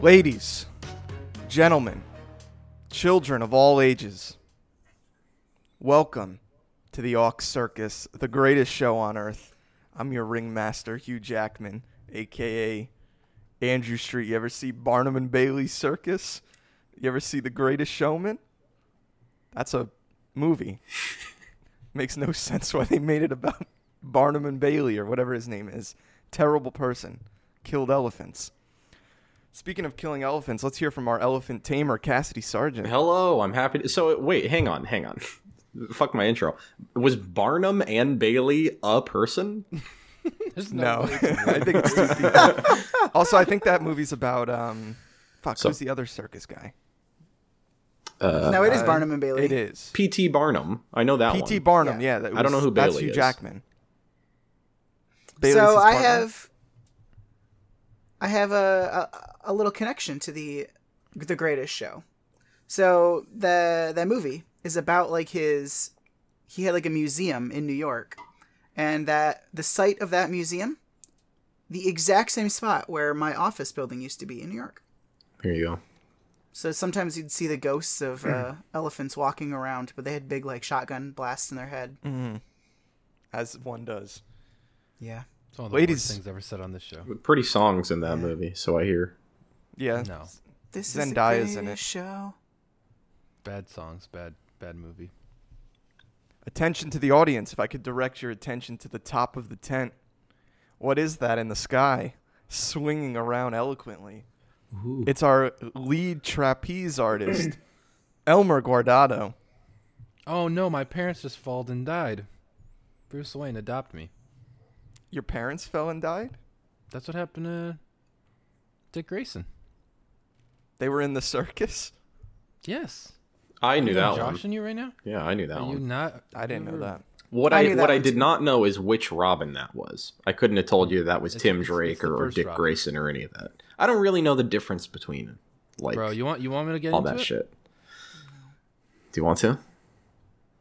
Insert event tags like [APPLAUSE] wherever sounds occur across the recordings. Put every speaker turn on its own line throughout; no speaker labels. Ladies, gentlemen, children of all ages, welcome to the Aux Circus, the greatest show on earth. I'm your ringmaster, Hugh Jackman, aka Andrew Street. You ever see Barnum and Bailey Circus? You ever see The Greatest Showman? That's a movie. [LAUGHS] Makes no sense why they made it about [LAUGHS] Barnum and Bailey or whatever his name is. Terrible person. Killed elephants. Speaking of killing elephants, let's hear from our elephant tamer, Cassidy Sargent.
Hello, I'm happy to. So wait, hang on, hang on. [LAUGHS] Fuck my intro. Was Barnum and Bailey a person?
There's
No,
way.
I think it's too deep. also, I think that movie's about um, fuck.
So-
who's the other circus guy?
No, it is
Uh,
Barnum and Bailey.
It is
P.T. Barnum. I know that
P.T.
one.
Barnum.
Yeah.
Yeah, that
I don't
was-
know who
that's
Bailey
Hugh
is.
Jackman. Bailey's his
So I
partner.
have, I have a, a a little connection to the the greatest show. So the that movie is about like his, he had like a museum in New York, and that the site of that museum, the exact same spot where my office building used to be in New York.
Here you go.
So sometimes you'd see the ghosts of
Hmm.
uh, elephants walking around, but they had big like shotgun blasts in their head.
Hmm. as one does.
Yeah.
It's one of the
Ladies.
worst things ever said on this show.
Pretty songs in that movie, so I hear.
Yeah,
No,
This
Zendaya's
is the
in it.
greatest show.
bad songs, bad bad movie.
Attention to the audience. If I could direct your attention to the top of the tent, what is that in the sky, swinging around eloquently? It's our lead trapeze artist, Elmer Guardado.
Oh no, my parents just falled and died. Bruce Wayne adopt me.
Your parents fell and died.
That's what happened to Dick Grayson.
They were in the circus.
Yes.
I knew that
Josh
one.
and you right now?
Yeah, I knew that
Are you
one.
not?
I didn't know
you were-
that.
What
I
I,
knew that
what I
one
did
too.
not know is which Robin that was. I couldn't have told you that was
It's-
Tim
it's- it's
Drake
the
or, or
first
Dick
Robin.
Grayson or any of that. I don't really know the difference between like
Bro, you want you want me to get
all
into
that
it?
shit. Do you want to?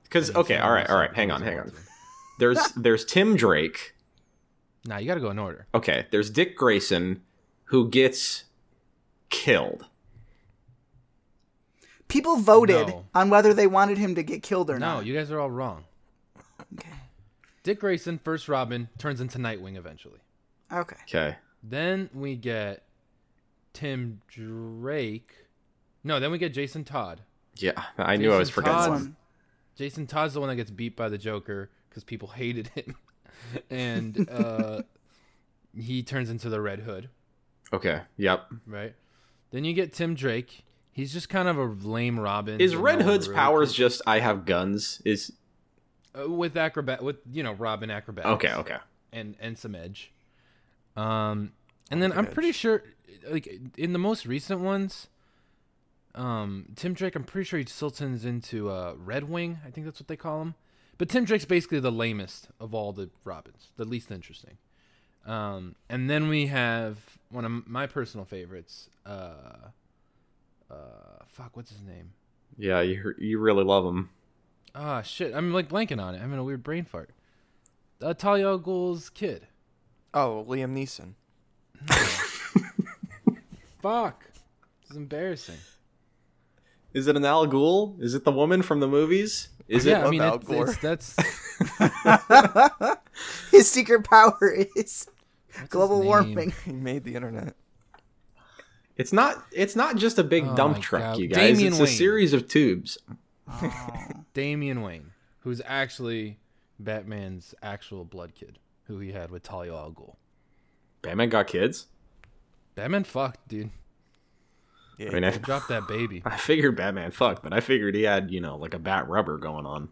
Because okay, all right, all right. Hang on, hang on.
[LAUGHS]
There's there's Tim Drake.
Nah, you got to go in order.
Okay, there's Dick Grayson, who gets killed.
People voted
No.
on whether they wanted him to get killed or
No,
not.
you guys are all wrong.
Okay.
Dick Grayson, first Robin, turns into Nightwing eventually.
Okay.
Okay,
Then we get Tim Drake. No, then we get Jason Todd.
yeah, I knew I was
Jason
forgetting.
Todd.
Someone.
One.
Jason Todd's the one that gets beat by the Joker because people hated him, [LAUGHS] and uh, he turns into the Red Hood,
Okay, yep.
right? Then you get Tim Drake. He's just kind of a lame Robin.
Is
that
Red
no one
Hood's
really
powers
cares-
just I have guns? Is
uh, with acrobat with you know Robin acrobat?
okay, okay.
and and some edge. Um, and then
good
I'm
edge.
pretty sure, like in the most recent ones, um, Tim Drake. I'm pretty sure he still turns into uh, Red Wing. I think that's what they call him. But Tim Drake's basically the lamest of all the Robins, the least interesting. Um, and then we have one of my personal favorites. Uh, uh, fuck, what's his name?
Yeah, you you really love him.
Ah, shit. I'm like blanking on it. I'm having a weird brain fart. Uh, Talia al Ghul's kid.
Oh, Liam Neeson. [LAUGHS]
Fuck. This is embarrassing.
Is it an Al Ghul? Is it the woman from the movies? Is
yeah,
it?
I mean,
Al
it,
[LAUGHS]
it's, that's what's his
[LAUGHS] His secret power is global
name?
warming.
He made the internet.
It's not. It's not just a big
Oh
dump
my
truck,
God.
you guys.
Damian
it's
Wayne.
a series of tubes.
Damian Wayne, who's actually Batman's actual blood kid, who he had with Talia al Ghul.
Batman got kids.
Batman fucked, dude.
Yeah,
I mean, I, [LAUGHS]
Drop
[LAUGHS]
that baby.
I figured Batman fucked, but I figured he had you know like a bat rubber going on.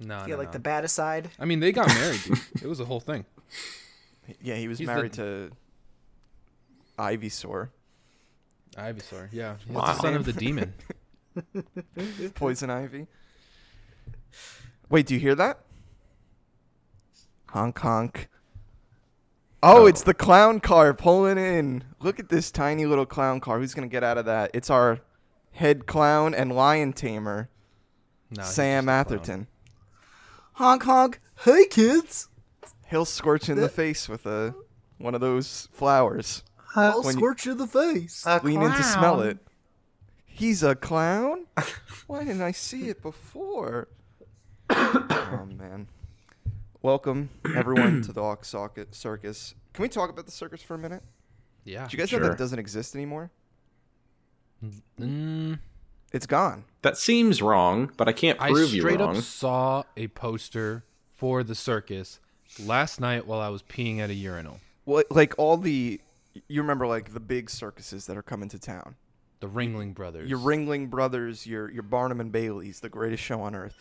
No,
Yeah,
no,
like
no.
the bad aside.
I mean, they got married. dude. It was a whole thing.
yeah, he was
He's
married to Ivysaur,
Ivysaur, yeah, he's
Wow.
the son of the demon.
Poison Ivy. Wait, do you hear that? Honk honk. Oh, it's the clown car pulling in. Look at this tiny little clown car. Who's gonna get out of that? It's our head clown and lion tamer,
Nah, Ah, he's
Sam
just a clown.
Atherton.
Honk honk. Hey kids.
He'll scorch in the face with a one of those flowers.
I'll
Uh, When you- Uh,
scorch you in the face.
A
lean in to smell
clown.
it. He's a clown? [LAUGHS] Why didn't I see it before? [COUGHS] oh, man. Welcome, everyone, to the Hawk Socket Circus. Can we talk about the circus for a minute?
Yeah.
Do you guys know that
Sure.
it doesn't exist anymore?
Mm,
It's gone.
That seems wrong, but I can't
I
prove you
straight up
wrong.
saw a poster for the circus last night while I was peeing at a urinal.
Well, like all the, you remember like the big circuses that are coming to town.
The Ringling Brothers.
Your Ringling Brothers, your your Barnum and Bailey's, the greatest show on earth.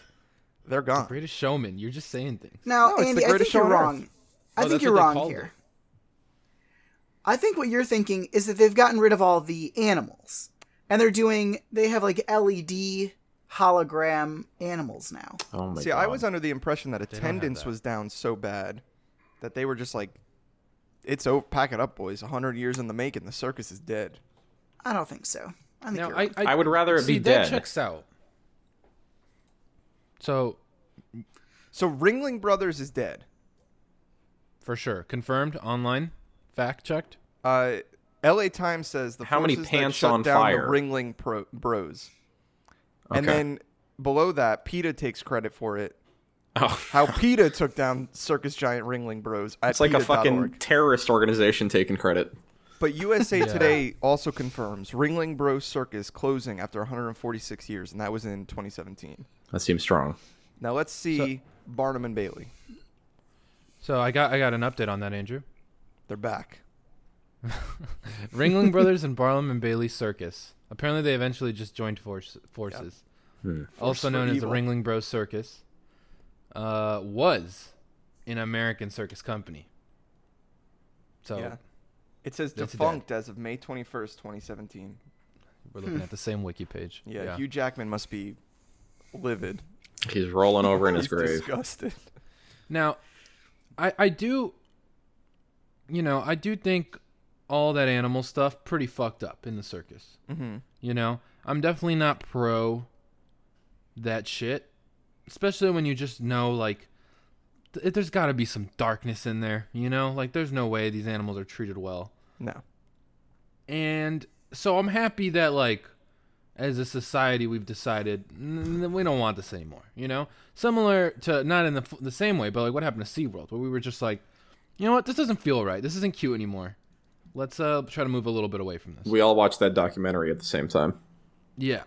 They're gone.
Greatest Showman. You're just saying things.
Now,
No, it's the
Andy, I
greatest
think you're
show on
wrong.
earth.
I
Oh,
think
that's
you're
what they
wrong
called
here.
it.
I think what you're thinking is that they've gotten rid of all the animals, and they're doing they have like LED hologram animals now.
oh my
See,
god!
I was under the impression that
don't have
attendance
that.
was down so bad that they were just like, "It's over, pack it up, boys. hundred years in the making. The circus is dead."
I don't think so. I think
Now,
you're
I,
wrong.
I,
I would rather it
see,
be
that
dead.
checks out. So,
So Ringling Brothers is dead.
for sure. Confirmed online. Fact checked.
Uh, L.A. Times says the
How many
forces
pants
that shut
on
down
fire?
the Ringling pro- Bros. And
Okay.
then below that, PETA takes credit for it.
Oh. [LAUGHS]
How PETA took down circus giant Ringling Bros. At
It's like a
PETA.org.
fucking terrorist organization taking credit.
But
[LAUGHS]
USA Today also confirms Ringling Bros Circus closing after 146 years, and that was in 2017.
That seems strong.
Now let's see Barnum and Bailey.
So I got I got an update on that, [LAUGHS] Andrew.
They're back.
Ringling Brothers and Barnum and Bailey Circus. Apparently, they eventually just joined force, forces.
Hmm.
Also
for
known as the
evil.
Ringling Bros Circus, uh, was an American circus company. So
Yeah. It says
That's
defunct as of May 21st, 2017.
we're looking at the [LAUGHS] same wiki page.
Yeah, Hugh Jackman must be livid.
He's rolling over in
[LAUGHS]
his
He's
grave.
disgusted.
Now, I I do, you know, I do think all that animal stuff pretty fucked up in the circus. Mm-hmm. You know, I'm definitely not pro that shit, especially when you just know like th- there's got to be some darkness in there. You know, like there's no way these animals are treated well.
No.
And so I'm happy that like as a society we've decided "N- we don't want this anymore, you know? Similar to not in the f- the same way, but like what happened to SeaWorld where we were just like, you know what? This doesn't feel right. This isn't cute anymore. Let's uh try to move a little bit away from this.
We all watched that documentary at the same time.
Yeah.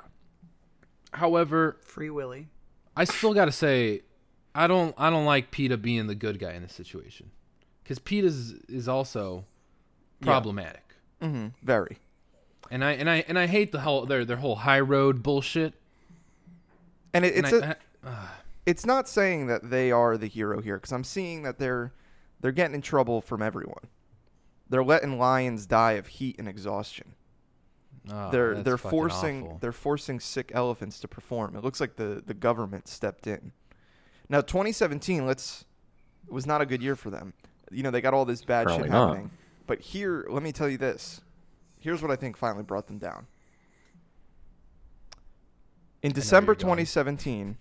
However,
Free Willy.
I still got to say I don't I don't like PETA being the good guy in this situation. Cuz PETA is also problematic.
hmm Very.
And I and I and I hate the whole their their whole high road bullshit.
And it,
And
it's
I-
a,
I- uh,
it's not saying that they are the hero here because I'm seeing that they're they're getting in trouble from everyone. They're letting lions die of heat and exhaustion.
Oh,
they're
that's
they're
fucking
forcing
awful.
they're forcing sick elephants to perform. It looks like the the government stepped in. Now 2017, let's was not a good year for them. You know they got all this bad
Probably
shit
not.
happening. But here, let me tell you this. Here's what I think finally brought them down. In December
you're going.
2017,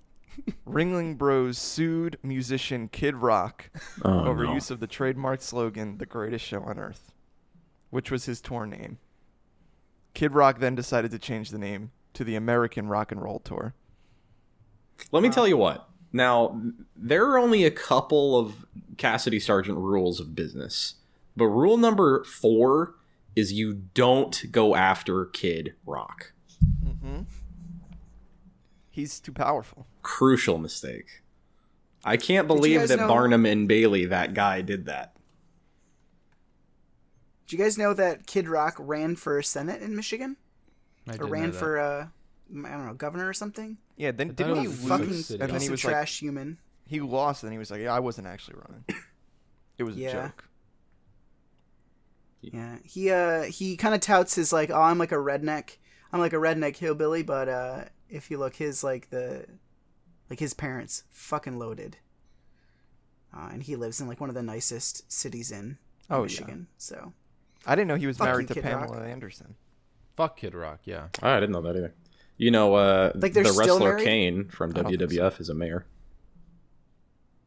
Ringling Bros sued musician Kid Rock
Oh,
over
no.
use of the trademark slogan "The Greatest Show on Earth," which was his tour name. Kid Rock then decided to change the name to the American Rock and Roll Tour.
Let me tell you what. Now, there are only a couple of Cassidy Sargent rules of business, but rule number four is you don't go after Kid Rock.
He's too powerful.
Crucial mistake. I can't
you
believe
guys
that
know-
Barnum and Bailey, that guy, did that.
Do you guys know that Kid Rock ran for Senate in Michigan?
I
Or
didn't know
ran
that.
for uh I don't know, governor or something?
Yeah, then
thought
didn't
it
he
was
lose?
Louis
Fucking piece
City.
and then he
of
was like,
trash human.
he lost, and then he was like, "Yeah, I wasn't actually running. It was a
Yeah.
joke."
Yeah. He uh he kinda touts his like, oh I'm like a redneck I'm like a redneck hillbilly, but uh if you look his like the like his parents fucking loaded. Uh, and he lives in like one of the nicest cities in
Oh, yeah.
Michigan. So
I didn't know he was
Fuck
married
you,
to
Kid Rock.
Pamela Anderson.
Fuck Kid Rock, yeah.
Oh, I didn't know that either. You know, uh,
Like
the
they're still
wrestler
married?
Kane from
don't think so.
WWF is a mayor.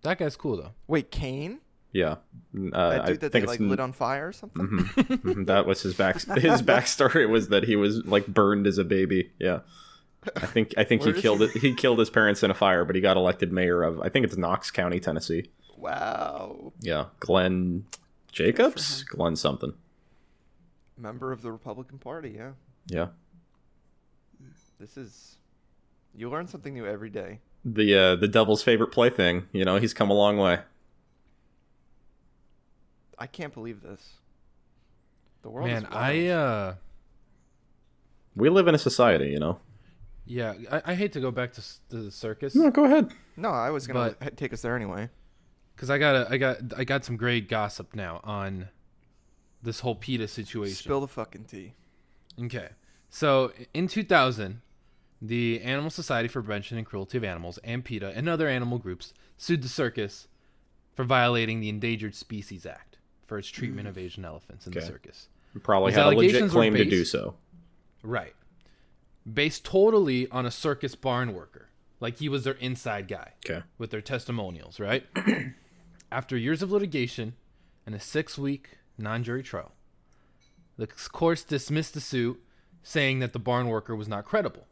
That guy's cool though.
Wait, Kane?
Yeah, uh,
that dude
I
that they
think it's
like lit on fire or something. [LAUGHS]
Mhm. that was his back. His backstory was that he was like burned as a baby. Yeah, I think I think he
Where is
killed
he?
it. He killed his parents in a fire, but he got elected mayor of I think it's Knox County, Tennessee.
Wow.
Yeah, Glenn Jacobs, Glenn something.
Member of the Republican Party. Yeah.
Yeah,
This is. You learn something new every day.
the uh, the devil's favorite plaything. You know, he's come a long way.
I can't believe this. The world
Man,
is
I
wild.
uh,
We live in a society, you know.
yeah, I, I hate to go back to, s- to the circus
No, go ahead.
no, I was gonna h- take us there anyway.
because I got I got I got some great gossip now on this whole PETA situation.
Spill the fucking tea.
Okay. So in 2000, the Animal Society for Prevention and Cruelty of Animals and PETA and other animal groups sued the circus for violating the Endangered Species Act for its
Mm.
treatment of Asian elephants in the
Okay.
circus.
Probably
These
had a legit
allegations were
claim to
based-
do so.
Right. Based totally on a circus barn worker. Like he was their inside guy
Okay.
with their testimonials, right? [CLEARS THROAT] After years of litigation and a six week non jury trial, the courts dismissed the suit, saying that the barn worker was not credible.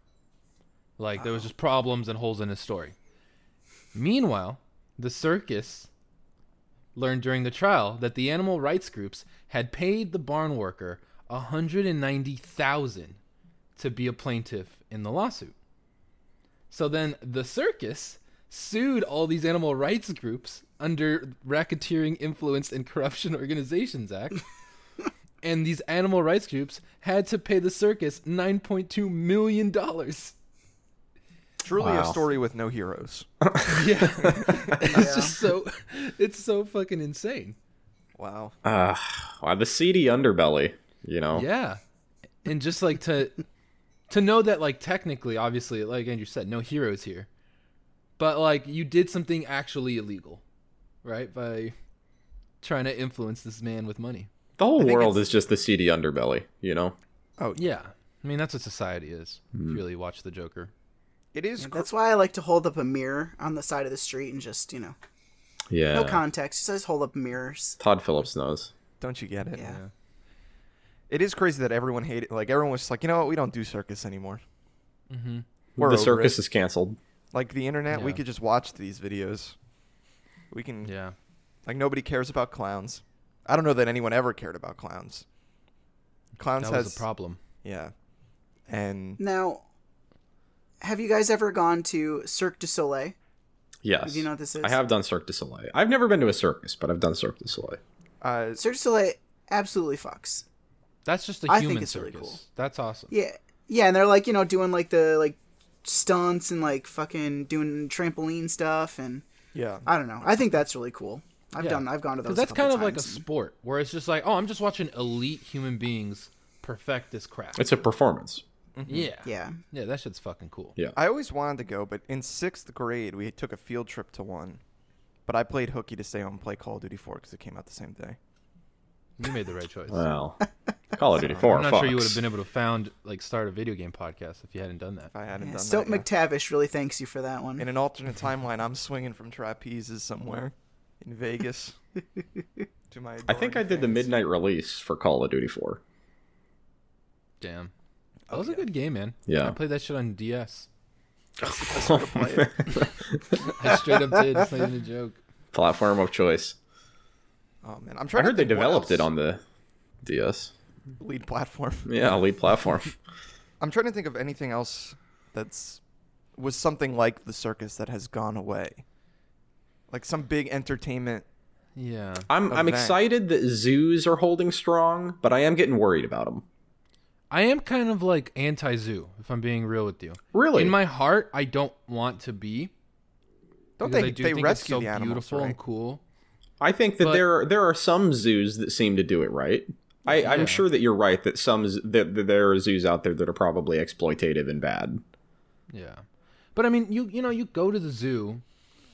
Like there was just problems and holes in his story. Meanwhile, the circus learned during the trial that the animal rights groups had paid the barn worker 190,000 to be a plaintiff in the lawsuit. So then the circus sued all these animal rights groups under Racketeering Influence and Corruption Organizations Act. and these animal rights groups had to pay the circus 9.2 million dollars.
Truly a
Wow.
story with no heroes.
Yeah. [LAUGHS] it's just so it's so fucking insane.
Wow.
Uh, wow, the seedy underbelly, you
Oh.
know.
Yeah. And just like to to know that like technically, obviously, like Andrew said, no heroes here. But like you did something actually illegal, right? By trying to influence this man with money.
The whole
think
world
it's-
is just the seedy underbelly, you know.
Yeah. I mean that's what society is. If
Hmm.
you really watch the Joker.
It is. Cr-
That's why I like to hold up a mirror on the side of the street and just, you know,
Yeah.
no context. Just always hold up mirrors.
Todd Phillips knows.
don't you get it?
Yeah.
It is crazy that everyone hated. Like everyone was just like, you know what? We don't do circus anymore. Mm-hmm.
the circus is canceled.
Like the internet, we
Yeah.
could just watch these videos. We can
Yeah.
like nobody cares about clowns. I don't know that anyone ever cared about clowns. Clowns
That
has
was a problem.
yeah, and
Now, have you guys ever gone to Cirque du Soleil?
Yes.
Do you know what this is?
I have done Cirque du Soleil. I've never been to a circus, but I've done Cirque du Soleil.
uh,
Cirque du Soleil absolutely fucks.
That's just a
I
human
think it's really
circus.
cool.
That's awesome.
Yeah, yeah, and they're like you know doing like the like stunts and like fucking doing trampoline stuff and
yeah,
I don't know. I think that's really cool. I've
Yeah.
done. I've gone to those.
Because that's
a
kind
couple
of like a
times.
sport where it's just like, oh, I'm just watching elite human beings perfect this craft.
It's a performance.
yeah.
yeah.
Yeah, that shit's fucking cool.
Yeah.
I always wanted to go, but in sixth grade we took a field trip to one, but I played hooky to stay home and play Call of Duty 4 because it came out the same day.
You made the
[LAUGHS]
right choice.
Well, Call of Duty 4.
I'm not sure you would have
fucks.
been able to found like start a video game podcast if you hadn't done that.
If I hadn't done
Soap
that. yeah.
McTavish really thanks you for that one.
in an alternate timeline, I'm swinging from trapezes somewhere in
[LAUGHS]
Vegas. to my
I think I
adoring
did the
fans.
midnight release for Call of Duty 4.
Damn. That was a good game, man.
Yeah.
I played that shit on DS.
Platform [LAUGHS]
I straight up did. It's not even a joke.
of choice.
Oh man, I'm
I
trying. to
heard they
think what
developed it
else.
on the DS.
lead platform. [LAUGHS]
Yeah, lead platform.
I'm trying to think of anything else that's was something like the circus that has gone away, like some big entertainment.
Yeah.
I'm I'm
Event.
excited that zoos are holding strong, but I am getting worried about them.
I am kind of like anti zoo, if I'm being real with you.
Really?
In my heart, I don't want to be.
Don't
because
they?
I do
they
think it's
rescue
so
the animals,
beautiful
right?
and cool.
I think that
But-
there are, there are some zoos that seem to do it right. I,
Yeah.
I'm sure that you're right that some z- that, that there are zoos out there that are probably exploitative and bad.
Yeah. But I mean, you you know, you go to the zoo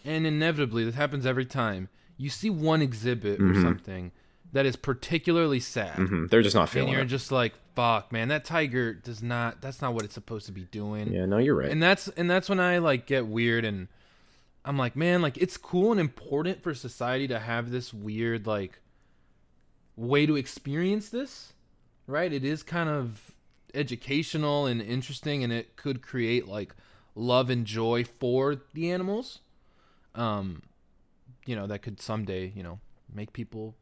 and inevitably this happens every time. You see one exhibit
Mm-hmm.
or something that is particularly sad.
Hmm, They're just not
And
feeling
you're
it.
just like, "Fuck, man, that tiger does not that's not what it's supposed to be doing."
Yeah, no, you're right.
And that's and that's when I like get weird and I'm like, man, like it's cool and important for society to have this weird like way to experience this, right? It is kind of educational and interesting and it could create like love and joy for the animals. Um you know, that could someday, you know, make people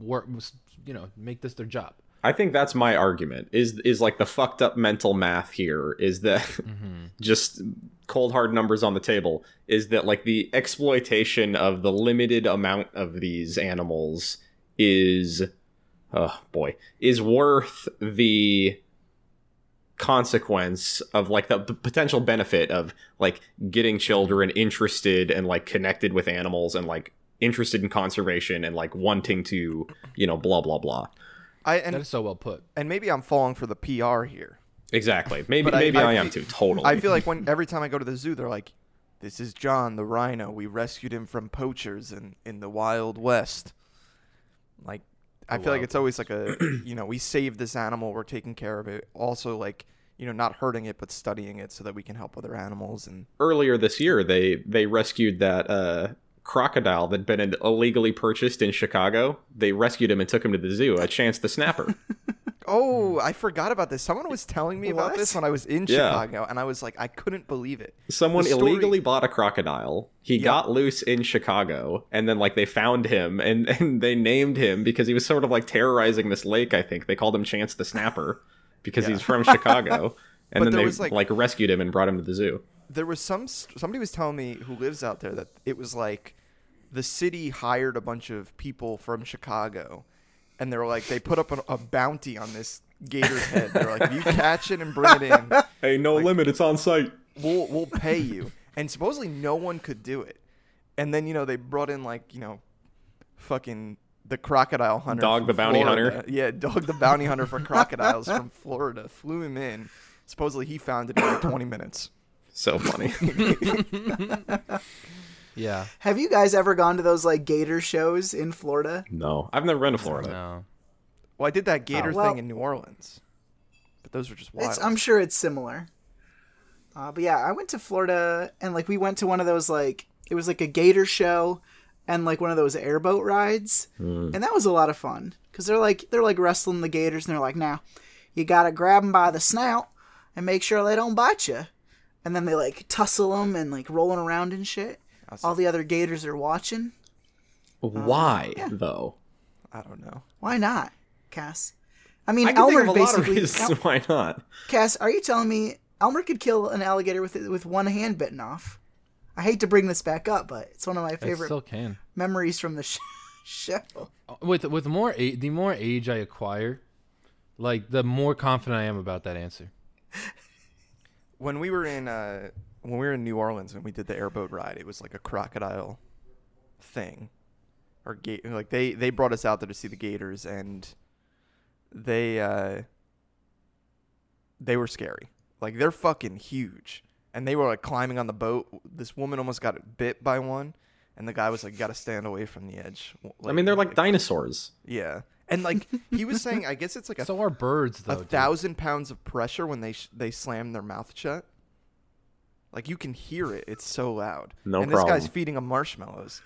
work you know, make this their job.
I think that's my argument. Is is like the fucked up mental math here is that
Mm-hmm.
just cold hard numbers on the table is that like the exploitation of the limited amount of these animals is oh boy is worth the consequence of like the, the potential benefit of like getting children interested and like connected with animals and like interested in conservation and like wanting to you know blah blah blah
I
That
and
is so well put.
and maybe I'm falling for the PR here.
exactly maybe
But I-
maybe
I
i, am
feel-
too totally
I feel like when every time I go to the zoo, they're like, "This is John the rhino. We rescued him from poachers in in the Wild West." Like, I feel like
Wild
it's always like a, you know, we saved this animal. We're taking care of it. Also, like, you know, not hurting it, but studying it so that we can help other animals. And
earlier this year they they rescued that uh crocodile that'd been illegally purchased in chicago they rescued him and took him to the zoo a chance the [LAUGHS] snapper
oh, I forgot about this. Someone was telling me about this
What?
when I was in
Yeah.
Chicago, and I was like, I couldn't believe it.
someone
The story-
illegally bought a crocodile he got loose in chicago and then like they found him and [LAUGHS] and they named him because he was sort of like terrorizing this lake i think they called him chance the snapper because he's [LAUGHS] from chicago and
But
then
there
they
was, like-
like... rescued him and brought him to the zoo
there was some st- somebody was telling me who lives out there that it was like the city hired a bunch of people from Chicago, and they were like they put up a, a bounty on this gator's head. They're like, you catch it and bring it in,
hey no limit it's on site
we'll we'll pay you. And supposedly no one could do it. And then you know they brought in like you know, fucking the crocodile hunter,
Dog
from
the bounty
Florida. [LAUGHS]
hunter.
Yeah, dog the bounty hunter
[LAUGHS]
for crocodiles from Florida flew him in. Supposedly he found it in like 20 minutes.
so funny [LAUGHS]
Yeah.
Have you guys ever gone to those like gator shows in Florida?
no i've never been to florida
No.
Well, I did that gator
Oh, well-
thing in New Orleans, but those were just wild.
It's, I'm sure it's similar. Uh, but yeah, I went to Florida and like we went to one of those like it was like a gator show and like one of those airboat rides,
Hmm.
and that was a lot of fun because they're like they're like wrestling the gators and they're like now you gotta grab them by the snout and make sure they don't bite you, and then they like tussle them and like rolling around and shit. All the other gators are watching.
why though
I don't know.
Why not, Cass? I mean,
I can
Elmer
think of a lot of
basically.
reasons [LAUGHS] why not.
Cass, are you telling me Elmer could kill an alligator with with one hand bitten off? I hate to bring this back up, but it's one of my
I
favorite
still can.
memories from the [LAUGHS] sh- show.
Uh, with with more a- the more age I acquire, like the more confident I am about that answer.
When we were in uh, when we were in New Orleans and we did the airboat ride, it was like a crocodile thing, or gate. Like they they brought us out there to see the gators, and they uh, they were scary. Like they're fucking huge, and they were like climbing on the boat. This woman almost got bit by one, and the guy was like, "Got to stand away from the edge."
I mean, they're like dinosaurs.
yeah. And like he was saying, I guess it's
[LAUGHS]
like a
So are birds though.
a
dude.
thousand pounds of pressure when they sh- they slam their mouth shut. Like you can hear it; it's so loud.
No
and this guy's
problem.
feeding them marshmallows,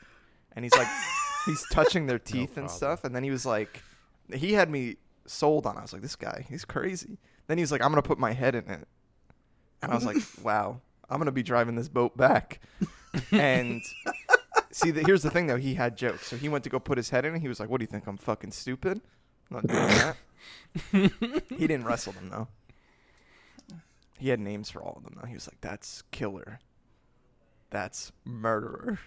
and he's like, he's touching their teeth and stuff. And then he was like, he had me sold on. it. I was like, this guy, he's crazy. Then he's like, I'm gonna put my head in it, and I was like, wow, I'm gonna be driving this boat back. And see, the, here's the thing though: he had jokes, so he went to go put his head in, and he was like, "What do you think? I'm fucking stupid. I'm not doing that." He didn't wrestle them though. He had names for all of them though. He was like, "That's killer. That's murderer."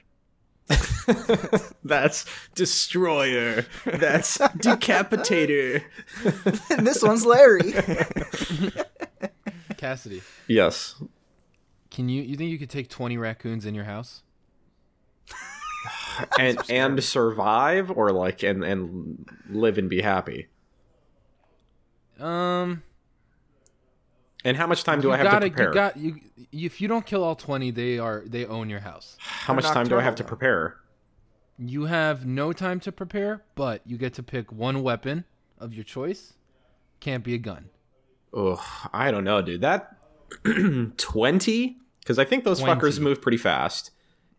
That's destroyer. That's decapitator.
and this one's Larry.
Cassidy,
Yes.
can you you think you could take twenty raccoons in your house?
And and survive or like and and live and be happy.
Um,
And how much time do I
you
have to
gotta
prepare?
you got you if you don't kill all twenty, they are they own your house.
how much time do I have to
Nocturnal,
prepare?
You have no time to prepare, but you get to pick one weapon of your choice. Can't be a gun.
Ugh, I don't [CLEARS THROAT] know, dude. That 20? Because I think those
20.
fuckers move pretty fast.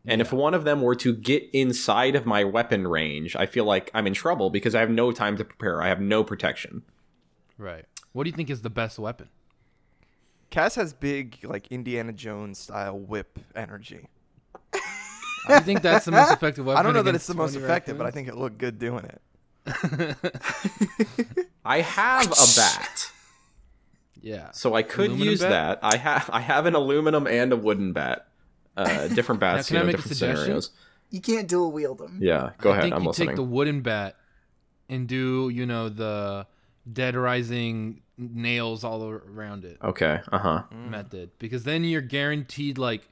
And if one of them were to get inside of my weapon range, I feel like I'm in trouble because I have no time to prepare. I have no protection.
Right. What do you think is the best weapon?
Cass has big, like Indiana Jones style whip energy.
I think that's the most effective
[LAUGHS]
weapon.
I don't know that
against
it's the most
20
effective, but I
raccoons.
think it looked good doing it.
[LAUGHS] I have a bat,
[LAUGHS] yeah.
so I could
Aluminum
use
bat?
that. I have I have an aluminum and a wooden bat. Uh, different bats,
can
you
I
know,
make a
different
suggestion?
scenarios.
You can't dual wield them.
Yeah, go
I
ahead.
think
I'm
you
listening.
take the wooden bat and do you know the dead rising nails all around it
Okay. Uh huh.
Mm.
method because then you're guaranteed like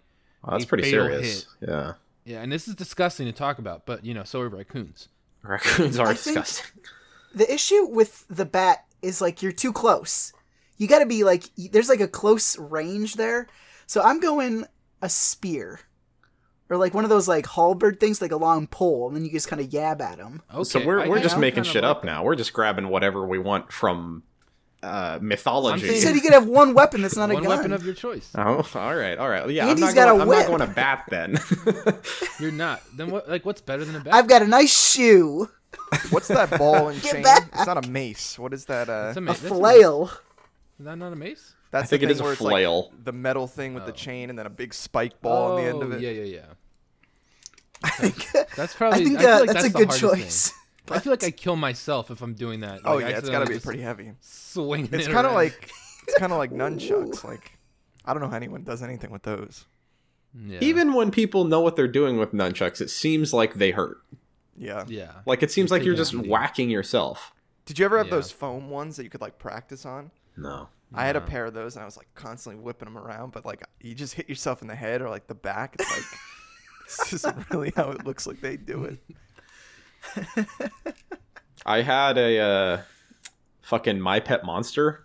that's
A
pretty
fatal
serious. Yeah. [LAUGHS]
yeah and this is disgusting to talk about but you know so are raccoons
Raccoons are
I think-
disgusting.
The issue with the bat is like you're too close. You got to be like y- there's like a close range there. So I'm going a spear or like one of those like halberd things, like a long pole, and then you just kind of yab at them.
[LAUGHS] okay
so we're
I-
we're
I
just
kinda
making shit
like
up now. We're just grabbing whatever we want from uh,
I'm
mythology.
You
saying-
said you could have one weapon that's not a
one
gun.
weapon of your choice
[LAUGHS] Oh, all right, all right. Yeah,
Andy's
I'm, not
got
going,
a
I'm not
whip.
going to bat
[LAUGHS]
then.
you're not then what like what's better than a bat
I've got a nice shoe,
What's that ball and chain?
back.
It's not a mace. What is that? Uh,
It's
a
that's
flail.
is that not a mace
that's
I think
the
it
thing
is a
where it's
flail.
Like the metal thing with the chain and then a big spike ball
oh,
on the end of it.
yeah yeah yeah
I think,
that's
I
probably
think
feel
uh,
like
that's, a
the
good
hardest thing.
choice.
I feel like I kill myself if I'm doing that
Oh
Like, I
yeah, it's got to be
accidentally just
pretty
[LAUGHS]
heavy.
swing
It's
it
kind of
around. [LAUGHS]
like it's kind of like nunchucks. Like I don't know how anyone does anything with those.
Yeah.
Even when people know what they're doing with nunchucks, it seems like they hurt.
Yeah.
yeah
Like it seems like you're
taking
just
out the-
whacking yourself.
Did you ever have
Yeah.
those foam ones that you could like practice on?
No.
I had a pair of those and I was like constantly whipping them around, but like you just hit yourself in the head or like the back. It's like [LAUGHS] this isn't really how it looks like they do
[LAUGHS]
it.
I had a uh, fucking my pet monster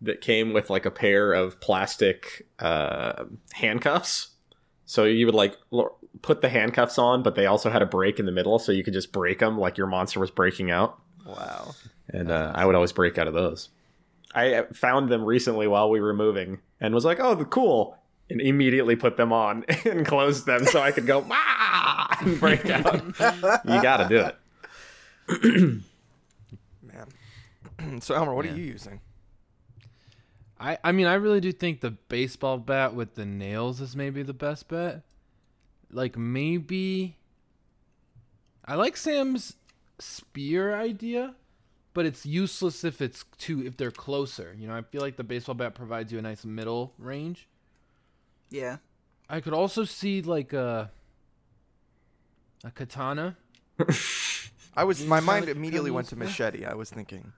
that came with like a pair of plastic uh, handcuffs. So you would like l- put the handcuffs on, but they also had a break in the middle, so you could just break them like your monster was breaking out.
Wow. [CLEARS THROAT]
And uh, I would always break out of those. I uh, found them recently while we were moving and was like, "Oh, cool!" and immediately put them on [LAUGHS] and closed them so I could go ah and break out. you got to do it.
Man. so Elmer, what
Yeah.
are you using?
I, I mean, I really do think the baseball bat with the nails is maybe the best bet. Like, maybe. I like Sam's spear idea, but it's useless if it's too. if they're closer. You know, I feel like the baseball bat provides you a nice middle range.
[LAUGHS] Yeah,
I could also see, like, a. a katana.
I was my mind
Kinda- kinda
immediately went
[LAUGHS]
use
to
that.
machete. I was thinking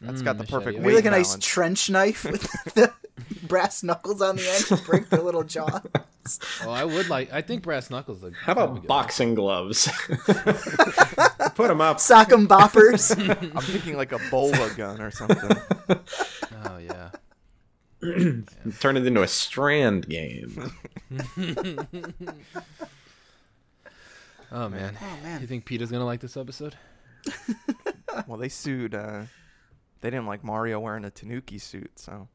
that's
Mm,
got the
machete,
perfect
yeah.
weight
maybe like a nice
balance.
trench knife with the brass knuckles on the end to break their little jaw.
Oh, I would like. I think brass knuckles. Like,
How about boxing gloves? Put them up.
Sock 'em boppers.
I'm thinking
[LAUGHS]
like a bola gun or something.
Oh, yeah.
[LAUGHS] Turn it into a strand game.
Oh, man.
Oh man.
You think Peter's going to like this episode?
well, they sued. Uh, they didn't like Mario wearing a Tanuki suit, so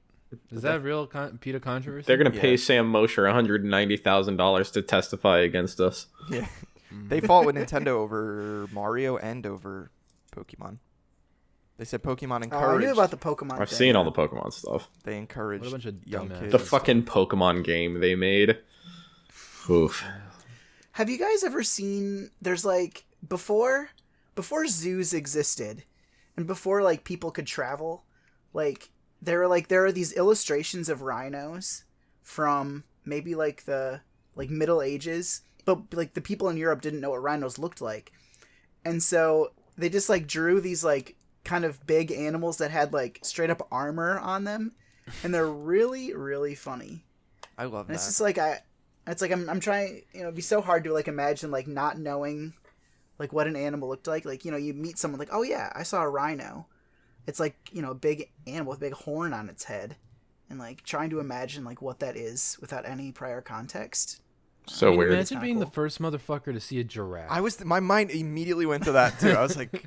[LAUGHS]
Is that a real con- Peter controversy?
They're gonna pay
Yeah.
Sam Mosher one hundred and ninety thousand dollars to testify against us.
yeah.
Mm.
they fought with
[LAUGHS]
Nintendo over Mario and over Pokemon. They said Pokemon
Oh, I
encouraged.
knew about the Pokemon.
I've
thing.
seen all the Pokemon stuff.
they encouraged
bunch of
young
dumbasses.
kids.
The fucking Pokemon game they made. Oof.
Have you guys ever seen? There's like before, before zoos existed, and before like people could travel, like there were like there are these illustrations of rhinos from maybe like the like Middle Ages, but like the people in Europe didn't know what rhinos looked like, and so they just like drew these like kind of big animals that had like straight up armor on them, and they're really really funny.
I love
And
[LAUGHS]
it's
that.
just like I, it's like I'm, I'm trying. You know, it'd be so hard to like imagine like not knowing, like what an animal looked like. Like you know, you meet someone like, oh yeah, I saw a rhino. It's like you know, a big animal with a big horn on its head, and like trying to imagine like what that is without any prior context.
So
Can you
weird.
Imagine
kinda
being the
cool.
first motherfucker to see a
[LAUGHS]
giraffe.
I was my mind immediately went to that too. I was like,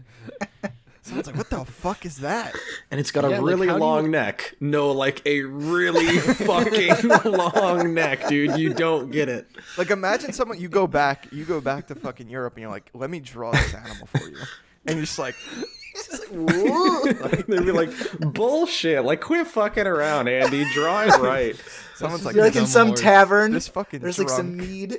Sounds like what the fuck is that?
and it's got a
Yeah, like,
really
how do you-
long neck. No, like a
[LAUGHS]
really fucking long neck, dude. You don't get it.
Like imagine someone you go back, you go back to fucking Europe, and you're like, let me draw this animal for you, [LAUGHS] and you're just like,
They'd be like, bullshit. Like, quit fucking around, Andy. Drawing right.
someone's
is
like,
You're like in
Dumb
some
lord.
tavern.
This fucking
There's like some
drunk.
mead.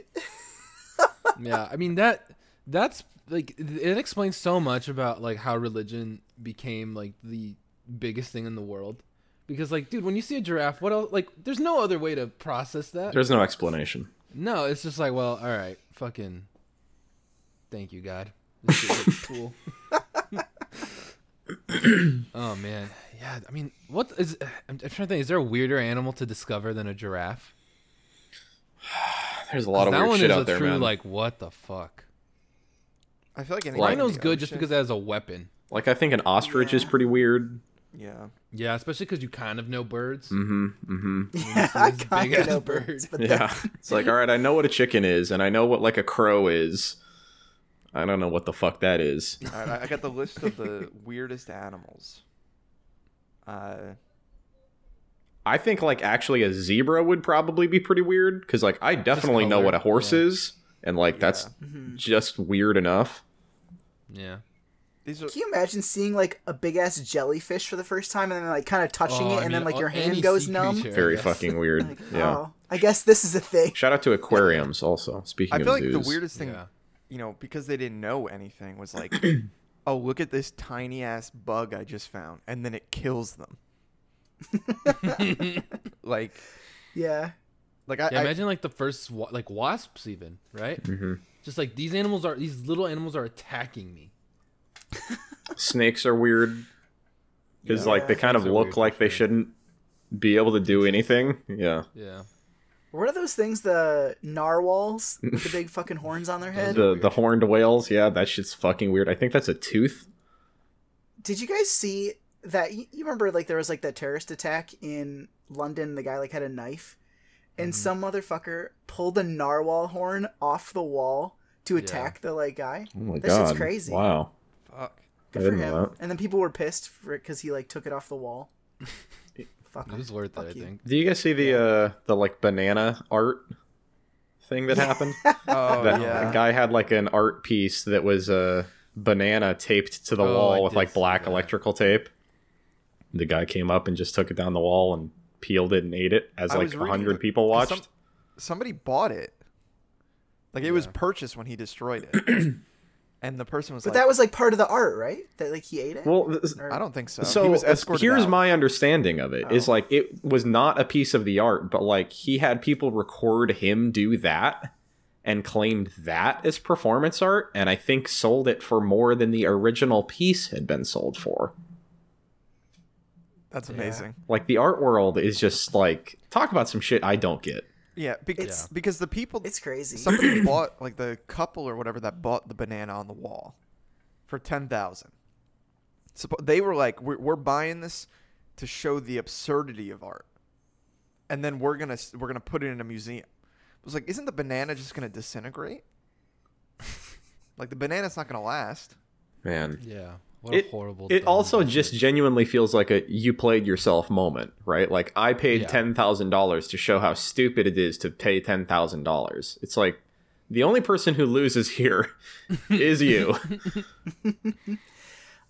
yeah, I mean that that's like it explains so much about like how religion became like the biggest thing in the world. Because like, dude, when you see a giraffe, what else? Like, there's no other way to process that.
There's no explanation.
No, it's just like, well, all right, fucking. Thank you, God. This
[LAUGHS]
shit
[CLEARS THROAT]
looks cool. oh man, yeah. I mean, what is? I'm, I'm trying to think. Is there a weirder animal to discover than a giraffe?
There's a lot of
that
weird
one
shit
is
out
a
there,
true
man. Like,
like, what the fuck?
I feel like anything
Like-
Rhino's
in the
good just
ocean-
because it has a weapon.
I think an ostrich is pretty weird.
Yeah.
Yeah, especially because you kind of know birds.
Mm-hmm. [LAUGHS] Mm-hmm.
[LAUGHS] Yeah, I
this
can't
big-ass
know
bird.
birds, but
Yeah. It's like, all right, I know what a chicken is, and I know what like a crow is. I don't know what the fuck that is.
All right, I- I got the list of the [LAUGHS] weirdest animals. Uh,
I think like actually a zebra would probably be pretty weird because like I definitely know
color,
what a horse
yeah.
is, and like that's just weird enough.
Yeah.
these are
Can you imagine seeing like a big ass jellyfish for the first time and then like kind of touching
Oh,
it
I
and then
mean,
like
uh,
your hand
any
goes
sea
numb?
creature.
Very
Yes.
fucking weird.
Like,
yeah.
oh, I guess this is a thing. [LAUGHS]
Shout out to aquariums also. Speaking
I
of
feel like
zoos,
the weirdest thing,
Yeah.
you know, because they didn't know anything, was
[CLEARS THROAT]
like, oh, look at this tiny ass bug I just found, and then it kills
[LAUGHS]
them. like,
Yeah.
like I,
Yeah,
I- [LAUGHS]
imagine like the first wa- like wasps even right
Mm-hmm.
just like these animals are these little animals are attacking me
snakes are weird because like they kind of
Snakes are
look
weird,
like they
sure.
shouldn't be able to do anything. Yeah,
yeah
What are those things? The
[LAUGHS]
narwhals with the big fucking horns on their head.
the the horned whales. Yeah, that shit's fucking weird. I think that's a tooth.
Did you guys see that? You, you remember like there was like that terrorist attack in London. The guy like had a knife, and
Mm-hmm.
some motherfucker pulled a narwhal horn off the wall to attack the like guy.
Oh my
That
god,
shit's crazy.
Wow,
fuck.
I
Good for
didn't
him.
know that.
And then people were pissed for it because he like took it off the
[LAUGHS]
wall. Fuck.
it was worth it i
Fuck you.
think
Do you guys see the uh the like banana art thing that happened?
[LAUGHS] Oh
that
yeah.
that guy had like an art piece that was a banana taped to the
Oh, I
wall with
did
like
see
black
that.
electrical tape. The guy came up and just took it down the wall and peeled it and ate it as
I
like
was
a
reading
hundred
it,
people
'cause
watched.
some- somebody bought it. Like it was purchased when he destroyed
[CLEARS THROAT]
it, and the person was
But
like,
that was like part of the art, right? That like he ate it.
Well, th-
Or-
"I don't think so."
so
Um, he was
uh,
escorted
here's
out.
my understanding of it: is
Oh.
like it was not a piece of the art, but like he had people record him do that and claimed that as performance art, and I think sold it for more than the original piece had been sold for.
That's amazing.
Like the art world is just like talk about some shit I don't get.
Yeah, because
It's-
because the people
It's crazy.
somebody bought like the couple or whatever that bought the banana on the wall for 10,000. Suppo- they were like we're, we're buying this to show the absurdity of art. And then we're going to we're going to put it in a museum. It was like isn't the banana just going to disintegrate? [LAUGHS] like the banana's not going to last.
Man,
yeah what
it
a horrible
it
dumb
also
bullshit.
just genuinely feels like a you played yourself moment, right? Like I paid
Yeah.
ten thousand dollars to show how stupid it is to pay ten thousand dollars. It's like the only person who loses
[LAUGHS]
here is you.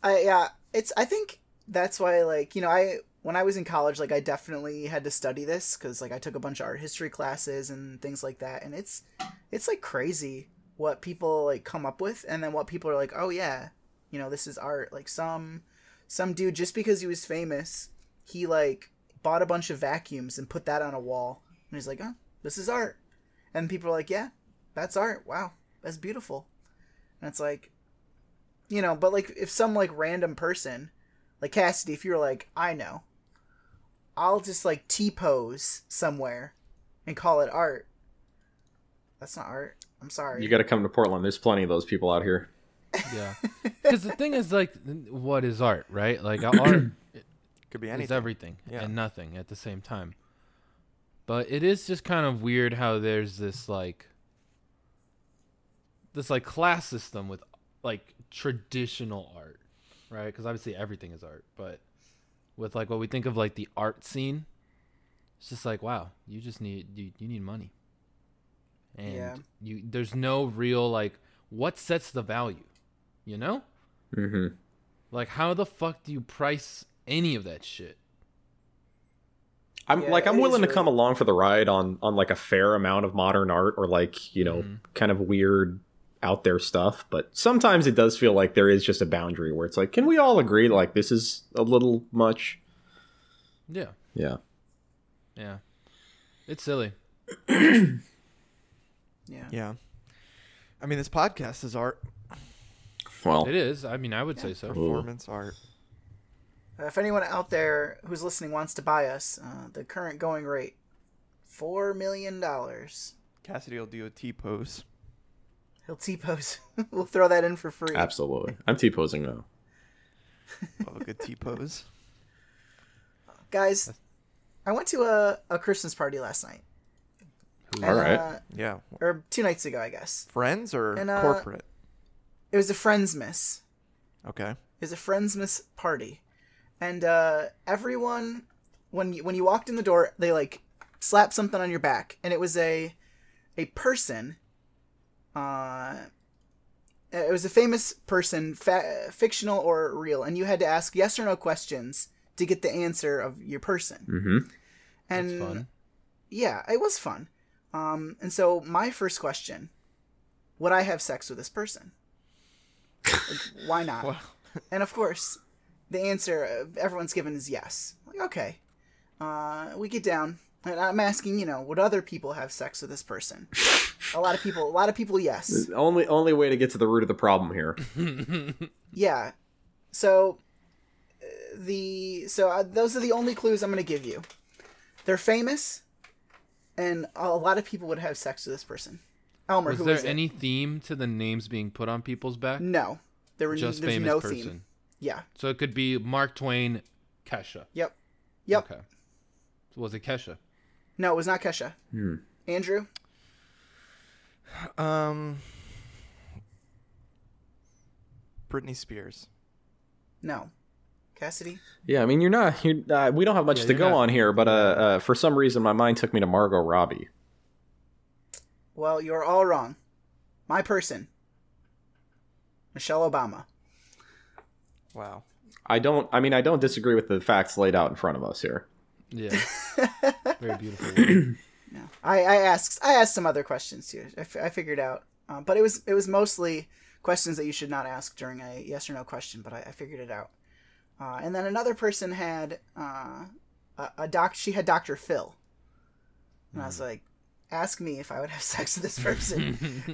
I yeah, it's I think that's why like, you know, I when I was in college like I definitely had to study this cuz like I took a bunch of art history classes and things like that and it's it's like crazy what people like come up with and then what people are like, "Oh yeah, you know, this is art." Like some some dude just because he was famous, he like bought a bunch of vacuums and put that on a wall and he's like, "Oh, this is art." And people are like, "Yeah, that's art. Wow. That's beautiful." And it's like you know but like if some like random person like cassidy if you're like i know i'll just like t-pose somewhere and call it art that's not art i'm sorry
you got to come to Portland. There's plenty of those people out here.
yeah because the thing is like what is art right like
[CLEARS THROAT]
art
Could be
is
anything.
everything
Yeah.
and nothing at the same time but it is just kind of weird how there's this like this like class system with like traditional art right? Because obviously everything is art, but with like what we think of like the art scene, it's just like wow, you just need you, you need money, and
Yeah.
you there's no real like what sets the value, you know?
Mm-hmm.
Like how the fuck do you price any of that shit?
I'm
Yeah,
like I'm
it
willing
is
to come
really-
along for the ride on on like a fair amount of modern art or like you know
Mhm.
kind of weird out there stuff, but sometimes it does feel like there is just a boundary where it's like, can we all agree like this is a little much?
Yeah,
Yeah.
yeah, it's silly.
Yeah.
Yeah. I mean, this podcast is art,
Well,
It is. I mean, I would say so.
performance art.
Uh, if anyone out there who's listening wants to buy us, uh, the current going rate, four million dollars.
Cassidy will do a T pose.
He'll T pose. [LAUGHS] we'll throw that in for free.
absolutely. I'm T posing now.
Love a good T pose.
Guys, I went to a, a Christmas party last night.
All right.
Uh,
Yeah.
or two nights ago, I guess.
Friends or
And, uh,
corporate?
It was a friends miss.
Okay.
It was a friends miss party, and uh, everyone when you, when you walked in the door, they like slapped something on your back, and it was a a person. Uh, it was a famous person, fa- fictional or real, and you had to ask yes or no questions to get the answer of your person.
Mm-hmm.
And
Hmm, That's fun.
yeah, it was fun. Um, and so my first question: Would I have sex with this person? Like, why not?
Wow.
And of course, the answer uh, everyone's given is yes. Like, okay, uh, we get down, and I'm asking, you know, would other people have sex with this person? a lot of people, a lot of people, yes,
Only only way to get to the root of the problem here.
yeah. So uh, the so uh, those are the only clues I'm going to give you. They're famous, and a lot of people would have sex with this person. Elmer,
Was
who
there
is it?
any theme to the names being put on people's back?
No, there were
Just
there's
famous
no
person.
theme. Yeah.
So it could be Mark Twain, Kesha.
Yep. Yep.
Okay. So was it Kesha?
No, it was not Kesha.
Hmm.
Andrew.
Um. Britney Spears.
No. Cassidy?
Yeah, I mean you're not. You're, uh, we don't have much
Yeah,
to
you're
go
not-
on here, but uh, uh, for some reason my mind took me to Margot Robbie.
Well, you're all wrong. My person. Michelle Obama. [LAUGHS]
Wow.
I don't. I mean, I don't disagree with the facts laid out in front of us here.
[LAUGHS]
Yeah. Very
[CLEARS THROAT]
beautiful. word.
No. I, I asked I asked some other questions too. I, fi- I figured out, um, but it was it was mostly questions that you should not ask during a yes or no question. But I, I figured it out. Uh, and then another person had uh, a, a doc. She had Doctor Phil, and I was like, ask me if I would have [LAUGHS] sex with this person.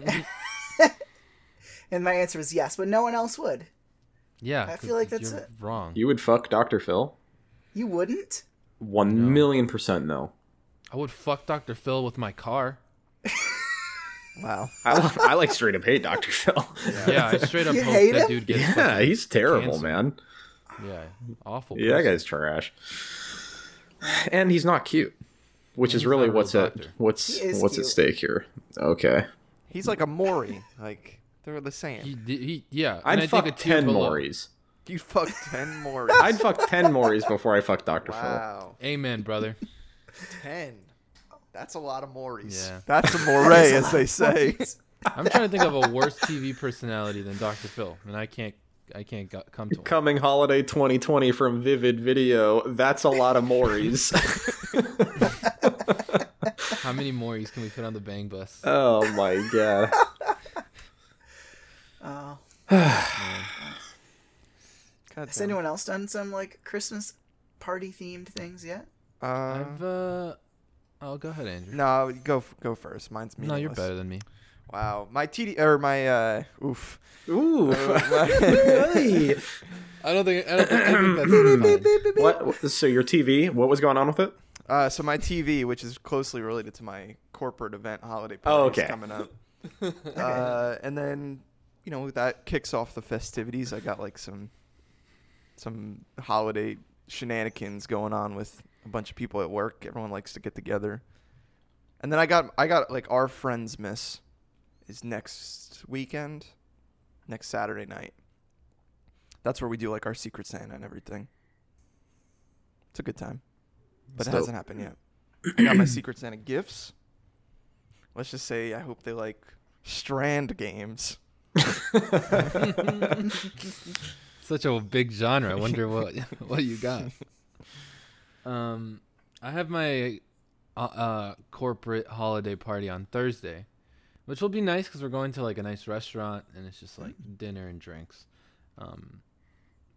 [LAUGHS] and my answer was yes, but no one else would.
Yeah.
I
'cause
feel like that's
you're
it.
Wrong.
You would fuck Dr. Phil?
You wouldn't.
One
No.
million percent no.
I would fuck Dr. Phil with my car.
Wow.
[LAUGHS] I, I like straight up hate Dr. [LAUGHS] Phil.
Yeah, I straight
[LAUGHS]
up
You
hope
hate
that
him?
dude gets.
Yeah, he's terrible,
cancer.
man.
fucking- yeah, awful.
Yeah, that
person.
guy's trash. And he's not cute, which
He's
is really
not a real
what's at
doctor.
what's
He is
what's
cute.
at stake here. Okay,
He's like a Maury. Like they're the same.
He, di- he, yeah. and I
I'd
think a
fuck
tear
ten
below.
Morys.
You fucked ten Maury.
I'd fuck ten Morys before I fuck Dr.
wow.
[LAUGHS]
Amen, brother.
Ten. That's a lot of Maury's.
Yeah.
That's a Moray, as they say. [LAUGHS]
I'm trying to think of a worse TV personality than Dr. Phil, and I can't, I can't go- come to
Phil.
him.
Coming holiday 2020 from Vivid Video. That's a lot of Morys.
How many Morys can we put on the bang bus?
oh my god.
Oh.
God
Has
damn.
anyone else done some like Christmas party themed things yet?
Uh,
I've, uh, oh, go ahead, Andrew.
no, go f- go first. Mine's
No,
meaningless.
you're better than me.
Wow, my TD or my uh, oof.
[LAUGHS] Ooh.
I don't think, I don't think, I think that's [COUGHS] fine.
what? So your TV? What was going on with it?
Uh, so my TV, which is closely related to my corporate event holiday party,
Oh,
is
okay.
coming
[LAUGHS]
up. uh, and then, you know, that kicks off the festivities. I got like some some holiday shenanigans going on with a bunch of people at work. Everyone likes to get together. And then I got I got like our friends miss is next weekend, next Saturday night. That's where we do like our Secret Santa and everything. It's a good time, but
So-
it hasn't happened yet. I got my Secret Santa gifts. Let's just say I hope they like Strand games.
Such a big genre. I wonder [LAUGHS] what what you got. Um, I have my uh, uh, corporate holiday party on Thursday, which will be nice because we're going to like a nice restaurant and it's just like dinner and drinks. Um,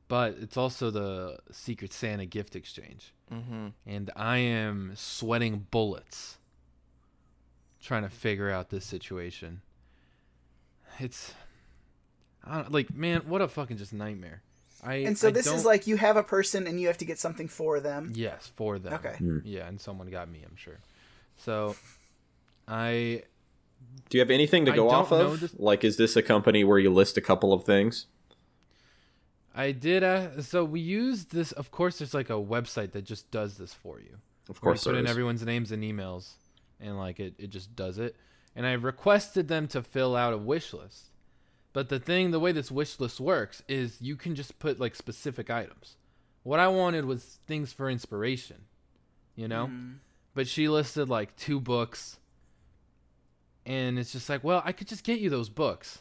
but it's also the Secret Santa gift exchange,
Mm-hmm.
and I am sweating bullets trying to figure out this situation. It's I don't, like, man, what a fucking just nightmare. I
And so
I
this
don't-
is like you have a person and you have to get something for them.
Yes, for them.
Okay.
Yeah, and someone got me, I'm sure. So I
Do you have anything to
I
go
don't
off
know
of?
this-
Like, is this a company where you list a couple of things?
I did uh so we used this of course there's like a website that just does this for you.
Of
Where
course,
you
there
put in
is.
everyone's names and emails and like it, it just does it. And I requested them to fill out a wish list. But the thing the way this wish list works is you can just put like specific items. What I wanted was things for inspiration, you know?
Mm-hmm.
Hmm.
but she listed like two books and it's just like well i could just get you those books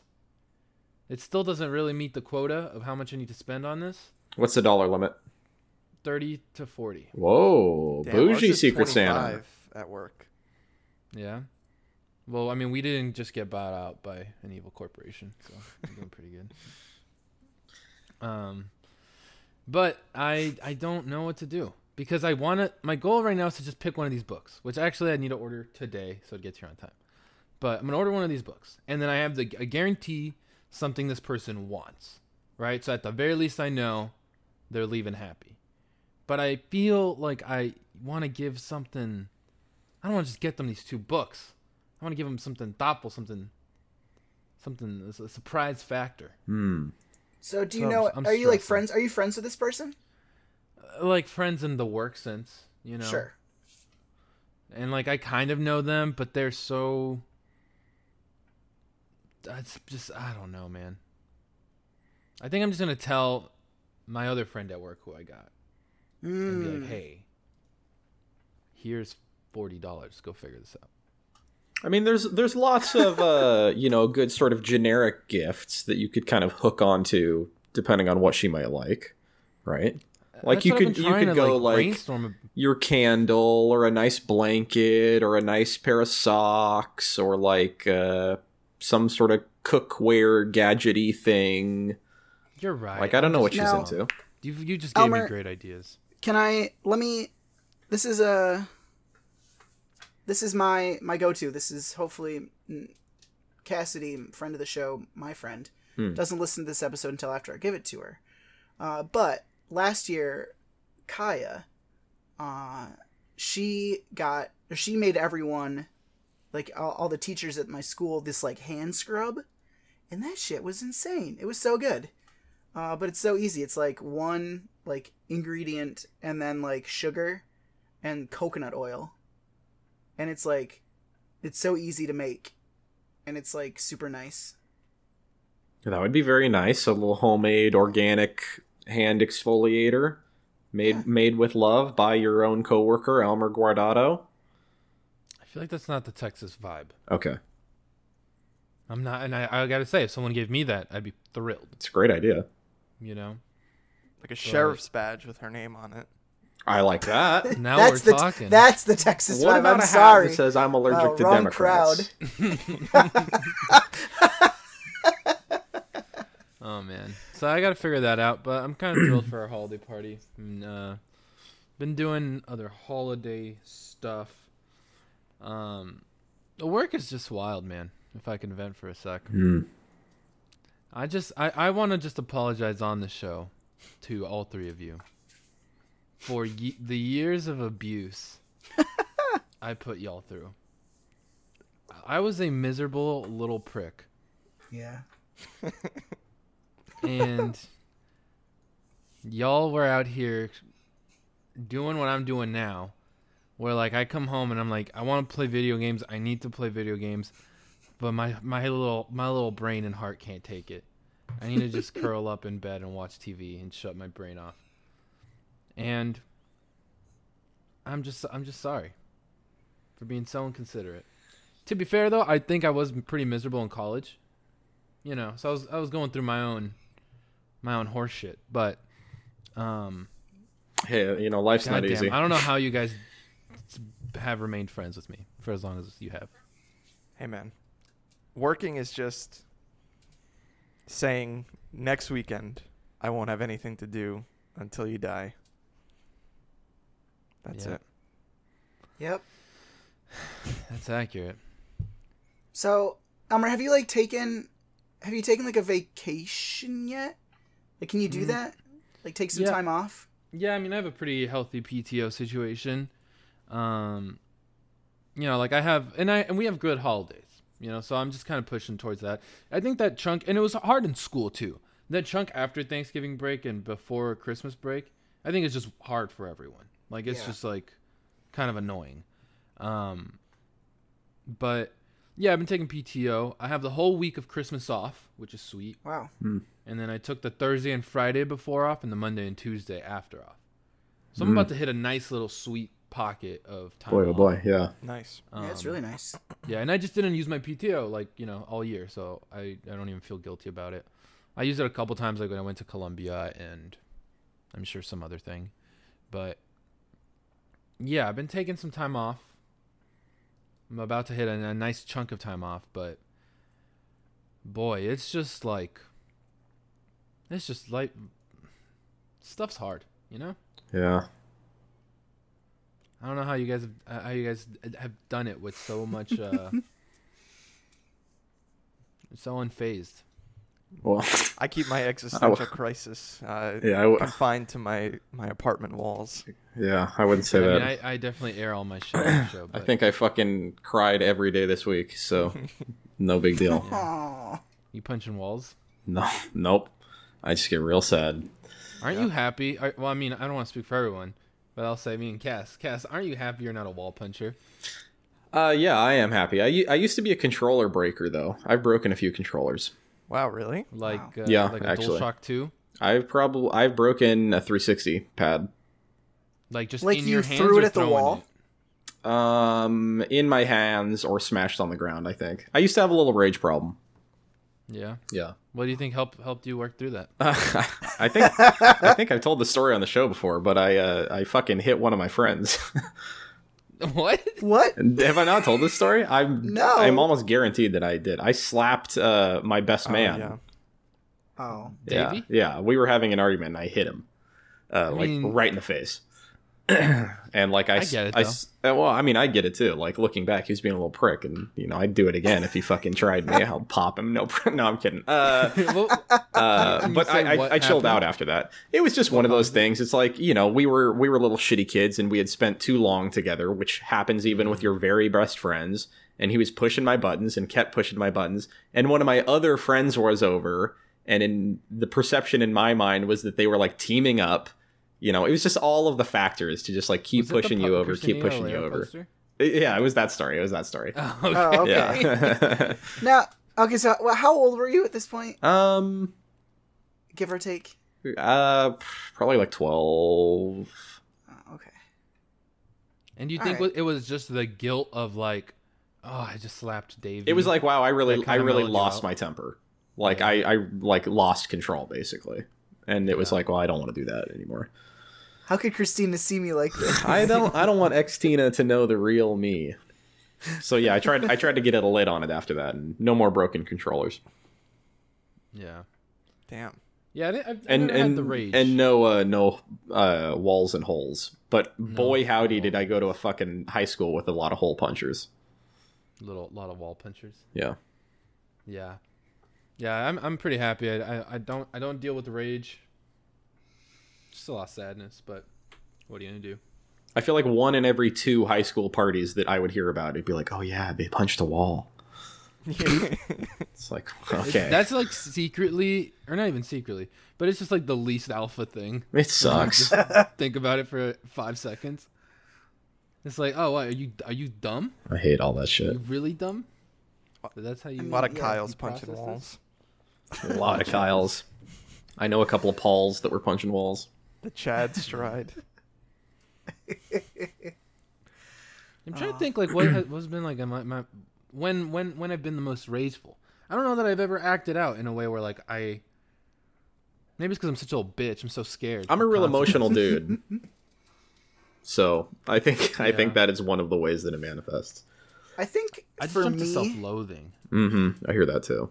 it still doesn't really meet the quota of how much i need to spend on this
What's the dollar limit?
30 to 40
Whoa, bougie Secret Santa.
at work.
yeah well i mean we didn't just get bought out by an evil corporation so we're doing pretty good um but i i don't know what to do because i want to my goal right now is to just pick one of these books which actually i need to order today so it gets here on time but I'm gonna order one of these books, and then I have the I guarantee something this person wants, right? So at the very least, I know they're leaving happy. But I feel like I want to give something. I don't want to just get them these two books. I want to give them something thoughtful, something, something a surprise factor.
Hmm.
So do you
So I'm-
know?
I'm
are you like
stressing.
friends? Are you friends with this person?
Uh, Like friends in the work sense, you know.
Sure.
and like I kind of know them, but they're so. That's just I don't know, man. I think I'm just gonna tell my other friend at work who I got and
Hmm.
be like, "Hey, here's forty dollars. Go figure this out."
I mean, there's there's lots of uh, you know good sort of generic gifts that you could kind of hook onto depending on what she might like, right? Like
That's
you
what I've
could
been
you
trying
could
to,
go like
brainstorm. ab-
your candle or a nice blanket or a nice pair of socks or like uh, some sort of cookware gadgety thing.
You're right.
Like I don't
I'm
know what
just-
she's
No.
into.
You you just gave
Elmer-
me great ideas.
Can I? Let me. This is a. This is my my go-to. This is hopefully mm, Cassidy, friend of the show, my friend,
Hmm.
doesn't listen to this episode until after I give it to her. Uh, but last year, Kaya, uh, she got or she made everyone, like all, all the teachers at my school, this like hand scrub, and that shit was insane. It was so good. Uh, but it's so easy. It's like one like ingredient and then like sugar and coconut oil. And it's like it's so easy to make. And it's like super nice.
That would be very nice. A little homemade organic hand exfoliator made
Yeah.
made with love by your own coworker Elmer Guardado.
I feel like that's not the Texas vibe.
Okay.
I'm not, and I, I gotta say, if someone gave me that, I'd be thrilled.
It's a great idea.
[LAUGHS]
You know.
Like a sheriff's badge with her name on it.
I like
[LAUGHS]
that.
Now
that's
we're
the
talking.
that's the Texas
what
vibe.
about
I'm
a hat
sorry.
that says I'm allergic
Uh,
to
wrong
Democrats?
crowd.
Oh man, so I gotta figure that out. But I'm kind of thrilled for our holiday party. And, uh, been doing other holiday stuff. Um, the work is just wild, man. If I can vent for a sec,
Hmm.
I just I I want to just apologize on the show to all three of you for ye- the years of abuse I put y'all through. I was a miserable little prick.
Yeah.
and y'all were out here doing what I'm doing now, where like I come home and I'm like, I want to play video games. I need to play video games, but my my little my little brain and heart can't take it. I need to just curl up in bed and watch TV and shut my brain off. And I'm just I'm just sorry for being so inconsiderate. To be fair though, I think I was pretty miserable in college. You know, so I was I was going through my own my own horse shit, but um
Hey, you know, life's not
goddamn,
easy.
I don't know
[LAUGHS]
how you guys have remained friends with me for as long as you have.
Hey man, working is just saying next weekend I won't have anything to do until you die. That's
Yeah.
it.
Yep.
That's accurate.
So, Elmer, have you like taken, have you taken like a vacation yet? Like, can you
Mm.
do that? Like, take some
Yeah.
time off.
Yeah, I mean, I have a pretty healthy PTO situation. Um, you know, like I have, and I and we have good holidays. You know, so I'm just kind of pushing towards that. I think that chunk, and it was hard in school too. That chunk after Thanksgiving break and before Christmas break, I think it's just hard for everyone. Like it's
Yeah.
just like kind of annoying. Um, but yeah, I've been taking PTO. I have the whole week of Christmas off, which is sweet
Wow.
and then I took the Thursday and Friday before off, and the Monday and Tuesday after off. So I'm about to hit a nice little sweet pocket of time.
Mm. boy, oh
off.
boy, yeah.
Nice.
yeah, it's
Um,
really nice.
yeah, and I just didn't use my PTO like you know all year, so I I don't even feel guilty about it. I used it a couple times like when I went to Columbia and I'm sure some other thing, but yeah, I've been taking some time off. I'm about to hit a, a nice chunk of time off, but boy, it's just like it's just like stuff's hard, you know.
Yeah.
I don't know how you guys have, uh, how you guys have done it with so much uh [LAUGHS] so unfazed.
Well, [LAUGHS]
I keep my
Oh.
existential crisis uh,
yeah, I w-
confined to my my apartment walls.
yeah, I wouldn't say
I
that.
mean, I, I definitely air all my shit on
[COUGHS]
the show,
I
but
think I fucking cried every day this week,
[LAUGHS]
so no big deal.
Aw.
you punching walls.
No, nope. I just get real sad.
Aren't you happy? Are, well, I mean, I don't want to speak for everyone, but I'll say me and Cass. Cass, aren't you happy you're not a wall puncher?
Uh, yeah, I am happy. I, u- I used to be a controller breaker though. I've broken a few controllers.
Wow, really?
Like uh,
Yeah,
like a
actually.
DualShock 2?
I've probably I've broken a 360 pad.
Like just
Like
in
you
your hands
threw it
or
at the
throwing
wall?
Um, in my hands or smashed on the ground. I think I used to have a little rage problem. [LAUGHS]
it? Yeah.
Yeah.
What do you think helped helped you work through that? [LAUGHS]
I think I think I've told the story on the show before, but I uh, I fucking hit one of my friends. [LAUGHS]
what?
What?
Have I not told this story? I'm
No.
I'm almost guaranteed that I did. I slapped uh, my best man.
Oh, yeah.
Oh.
yeah.
Davey?
Yeah, we were having an argument and I hit him. Uh, like
mean-
right in the face. [CLEARS THROAT] and like I,
I
s-
get it,
I s- uh, well, I mean, I get it too. Like looking back, he was being a little prick, and you know, I'd do it again if he fucking tried me. I'll pop him. No, [LAUGHS] pr- no, I'm kidding. Uh,
Well,
uh,
[LAUGHS] Can you
but
say
I,
what
I, I chilled out
happened? Uh-huh.
after that. It was just one of those things. It's like you know we were we were little shitty kids and we had spent too long together, which happens even
Mm.
with your very best friends. And he was pushing my buttons and kept pushing my buttons. And one of my other friends was over, and in the perception in my mind was that they were like teaming up. You know, it was just all of the factors to just like keep
was it the
pushing
pu-
you over, keep
Christina
pushing you
Aguilera
over.
poster? [LAUGHS]
Yeah, it was that story. It was that story.
Oh,
Oh,
okay.
okay.
Yeah. [LAUGHS]
Now, okay. So, well, how old were you at this point,
um.
give or take?
Uh, probably like twelve.
Oh, okay.
And you
All
think
right.
it was just the guilt of like, oh, I just slapped Dave.
It was like, wow, I really,
That
I
kinda
really
mellowed you
lost
out.
my temper. Like, I, I, like lost control basically, and it was like, well, I don't want to do that anymore.
How could Christina see me like
[LAUGHS]
this?
I don't, I don't want ex Tina to know the real me. So yeah, I tried, I tried to get a lid on it after that, and no more broken controllers,
yeah,
Damn.
yeah. I didn't, I've, I've
and
never
and
had the rage.
and no, uh, no, uh, walls and holes. But boy, howdy, did I go to a fucking high school with a lot of hole punchers.
little lot of wall punchers.
Yeah.
Yeah, yeah. I'm I'm pretty happy. I, I I don't I don't deal with the rage. Just a lot of sadness, but what are you gonna do?
I feel like one in every two high school parties that I would hear about, it'd be like, "Oh yeah, they punched a
[LAUGHS]
wall." It's like, okay,
That's like secretly, or not even secretly, but it's just like the least alpha thing. [LAUGHS]
it sucks.
Think about it for five seconds. It's like, oh, what, are you are you dumb?
I hate all that
Are
shit.
you really dumb? That's how you.
A lot of
Yeah,
Kyle's
you
punching
process this?
walls.
A lot of Kyles. I know a couple of Pauls that were punching walls.
The Chad stride.
[LAUGHS]
I'm trying to think like what has what's been like my, my when when when I've been the most rageful. I don't know that I've ever acted out in a way where like I. Maybe it's because I'm such a little bitch. I'm so scared.
I'm a real
constantly.
emotional
[LAUGHS]
dude. So I think I think that is one of the ways that it manifests.
[LAUGHS] I think
I just
for
jump to
me, [LAUGHS]
self-loathing.
hmm I hear that too.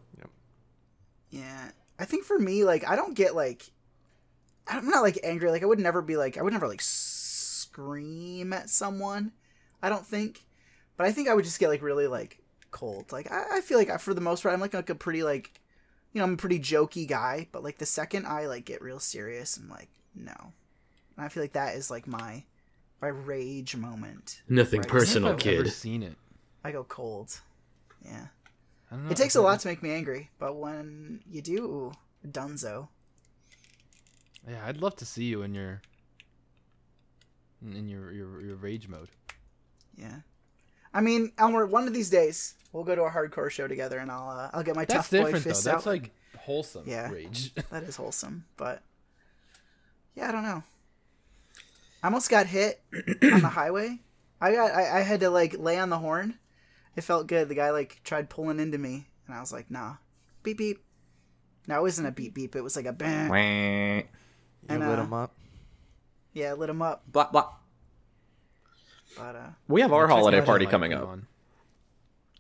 yeah, I think for me, like I don't get like, I'm not like angry. Like I would never be like, I would never like scream at someone. I don't think, but I think I would just get like really like cold. Like I, I feel like I, for the most part, I'm like, like a pretty like, you know, I'm a pretty jokey guy. But like the second I like get real serious, I'm like, no. And I feel like that is like my my rage moment.
Nothing
Right.
I don't know
personal,
if I've ever
kid.
seen it.
I go cold. Yeah.
I don't know.
It takes a lot to make me angry, but when you do, ooh, dunzo.
Yeah, I'd love to see you in your in in your your, your rage mode.
Yeah. I mean, Elmer, one of these days we'll go to a hardcore show together, and I'll uh, I'll get my
That's
tough boy
different though.
fist out.
That's like wholesome
Yeah.
rage.
That is wholesome, but yeah, I don't know. I almost got hit on the highway. I got I, I had to like lay on the horn. It felt good. The guy like tried pulling into me, and I was like, nah, beep beep. No, it wasn't a beep beep. It was like a bang.
Wah.
You
And,
lit
uh,
him up.
Yeah, it lit him up.
Blah blah.
But uh,
We have our
Check out
holiday
[LAUGHS] that
party
light
coming
put
up
on.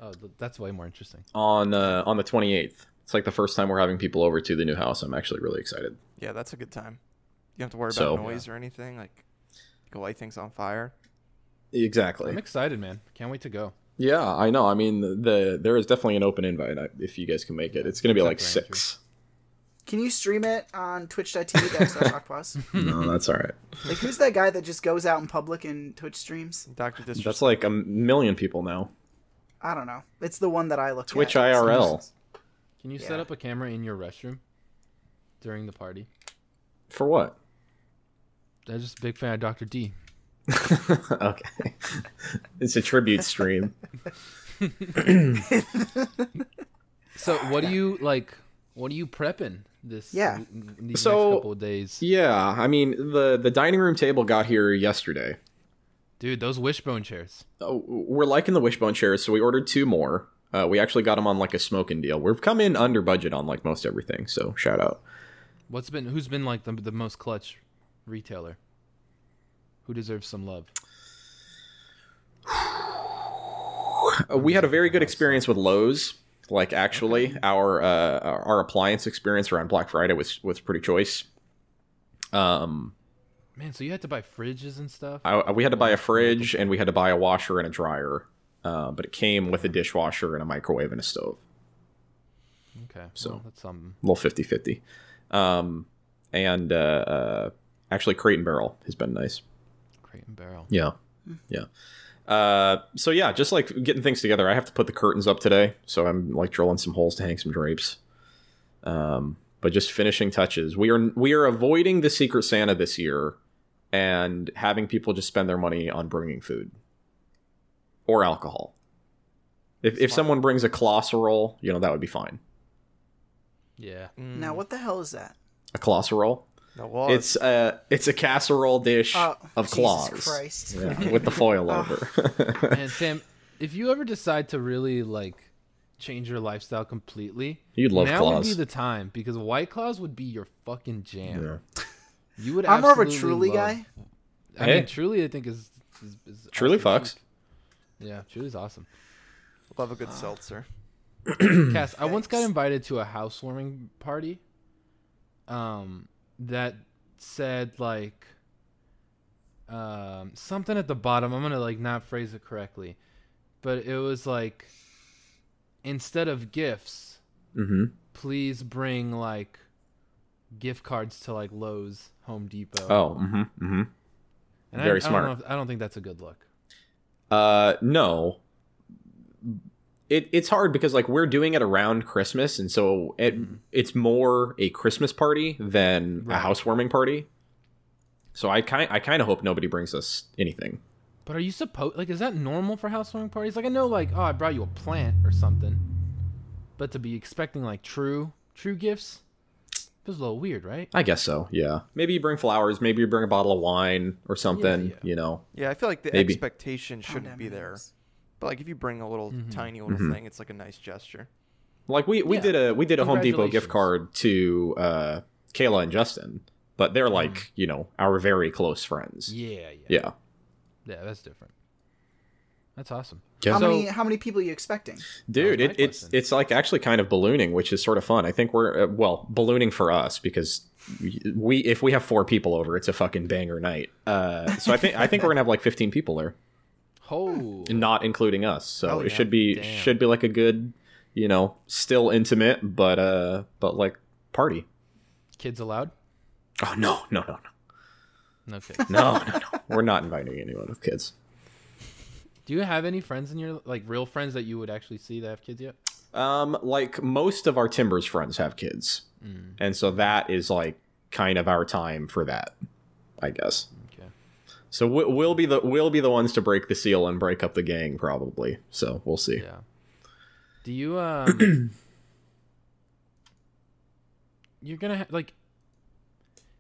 Oh, th- that's way more interesting.
on uh, on the 28th. It's like the first time we're having people over to the new house. I'm actually really excited.
Yeah, that's a good time. You don't have to worry
So-
about noise or anything. Like, go light things on fire.
I'm
Exactly.
excited, man. Can't wait to go.
Yeah, I know. I mean, the there is definitely an open invite I- if you guys can make it. It's going to be like
Except for
six.
Can you stream it on twitch.tv
[LAUGHS]
backslash
[LAUGHS]
Hawkpaws?
no, that's all right.
Like, who's that guy that just goes out in public and Twitch streams?
Doctor Disrespect.
That's like a million people now.
I don't know. It's the one that I look
Twitch
at.
IRL
Can you set
Yeah.
up a camera in your restroom during the party?
for [LAUGHS] what?
I'm just a big fan of Dr. D.
okay, [LAUGHS] it's a tribute stream.
So, what do you like? What are you prepping this?
Yeah.
n- these
So-
next couple of days,
yeah, I mean the the dining room table got here yesterday.
dude. Those wishbone chairs.
Oh, we're liking the wishbone chairs, so we ordered two more. Uh, we actually got them on like a smoking deal. We've come in under budget on like most everything, so shout out.
What's been? Who's been like the, the most clutch retailer? Who deserves some love?
Uh, we had a very good experience with Lowe's. Like actually, our uh, our appliance experience around Black Friday was was pretty choice. Um,
Man, so you had to buy fridges and stuff.
I, I- we had to buy a fridge and we had to buy a washer and a dryer, uh, but it came with a dishwasher and a microwave and a stove.
Okay,
So-
well, that's something.
A little 50 50. Um, and uh, uh, actually, Crate and Barrel has been nice.
Crate and barrel.
Yeah. Yeah. Uh, so yeah, just like getting things together. I have to put the curtains up today, so I'm like drilling some holes to hang some drapes. Um, but just finishing touches. We are we are avoiding the Secret Santa this year, and having people just spend their money on bringing food or alcohol. If if someone brings a colossal roll, you know that would be fine.
Yeah.
Mm.
Hmm.
Now, what the hell is that?
A colossal roll.
No laws.
It's a it's a casserole dish
Oh,
of
Jesus
claws
Christ. Ah.
Yeah, with the
[LAUGHS]
foil over. [LAUGHS]
And Sam, if you ever decide to really like change your lifestyle completely,
You'd love
now would be
Claws.
the time because White Claws would be your fucking jam. [LAUGHS] You would.
I'm more of a
absolutely
Truly
love-
guy.
I
Hey.
mean, Truly, I think is, is, is
Truly
awesome
fucks.
cheap. Yeah,
[CLEARS THROAT]
Truly's awesome.
Love a good
[SIGHS]
seltzer.
Cass, I once got
Yikes.
invited to a housewarming party. Um, that said like, um, something at the bottom. I'm gonna like not phrase it correctly, but it was like, instead of gifts,
Mm-hmm.
please bring like, gift cards to like Lowe's, Home Depot.
Oh, mm-hmm, mm-hmm.
and I-
very
I,
smart.
Don't know if- I don't think that's a good look.
Uh, no. It, it's hard because like we're doing it around Christmas, and so it it's more a Christmas party than a
Mm-hmm. Right.
housewarming party. So I kind I kind of hope nobody brings us anything.
But are you supposed like is that normal for housewarming parties? Like I know like oh I brought you a plant or something, but to be expecting like true true gifts. Feels a little weird, right?
I guess so. Yeah. Maybe you bring flowers. Maybe you bring a bottle of wine or something.
yeah.
You know.
Yeah, I feel like the
Maybe.
expectation
Oh,
shouldn't be there. But like if you bring a little
Mm-hmm.
tiny little
Mm-hmm.
thing, it's like a nice gesture.
Like we we
Yeah.
did a we did a Home Depot gift
Congratulations.
card to uh, Kayla and Justin, but they're like you know our very close friends.
Mm-hmm. Yeah, yeah, yeah.
Yeah.
that's different. That's awesome.
Yeah.
How
So-
many how many people are you expecting?
Dude,
That was
it,
my
it's
question.
it's like actually kind of ballooning, which is sort of fun. I think we're uh, well ballooning for us because we if we have four people over, it's a fucking banger night. Uh, so I think I think we're gonna have like fifteen people there,
Oh,
not including us. So
Oh, yeah.
it should be
Damn.
should be like a good, you know, still intimate, but uh, but like party.
kids allowed?
Oh no no no
No
[LAUGHS]
kids.
no no no no! We're not inviting anyone with kids.
Do you have any friends in your like real friends that you would actually see that have kids yet?
Um, like most of our Timbers friends have kids, and so that is like kind of our time for that, I guess.
Okay.
So we- we'll be the we'll be the ones to break the seal and break up the gang probably. So we'll see.
Yeah. [LAUGHS] Do you um [CLEARS THROAT] You're going to ha- like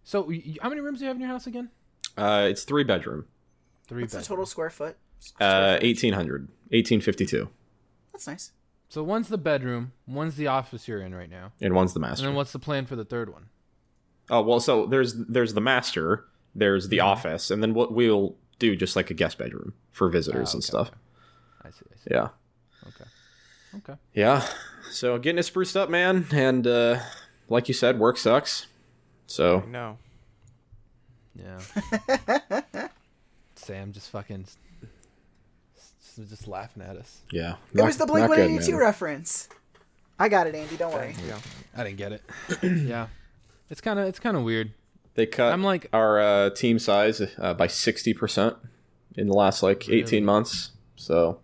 So y- y- how many rooms do you have in your house again?
Uh, it's three bedroom.
3
What's the
bed.
total square foot?
Uh,
Square footage?
1800, 1852,
That's nice.
So one's the bedroom, one's the office you're in right now.
and one's the
And
master.
then what's the plan for the third one?
oh well, so there's there's the master, there's
Mm-hmm.
the office, and then what we'll do just like a guest bedroom for visitors
Ah,
and
okay,
stuff.
okay. I see. I see.
Yeah,
Okay. Okay.
yeah. So getting it spruced up, man, and uh, like you said, work sucks. So
I know.
Yeah. [LAUGHS] Sam just fucking s- s- just laughing at us.
yeah,
It was the Blink One Eighty Two reference. I got it, Andy. Don't worry.
I didn't get it. [CLEARS THROAT] yeah. It's kind of it's kind of weird.
They cut
I'm like-
our uh, team size uh, by sixty percent in the last like
Really?
eighteen months. So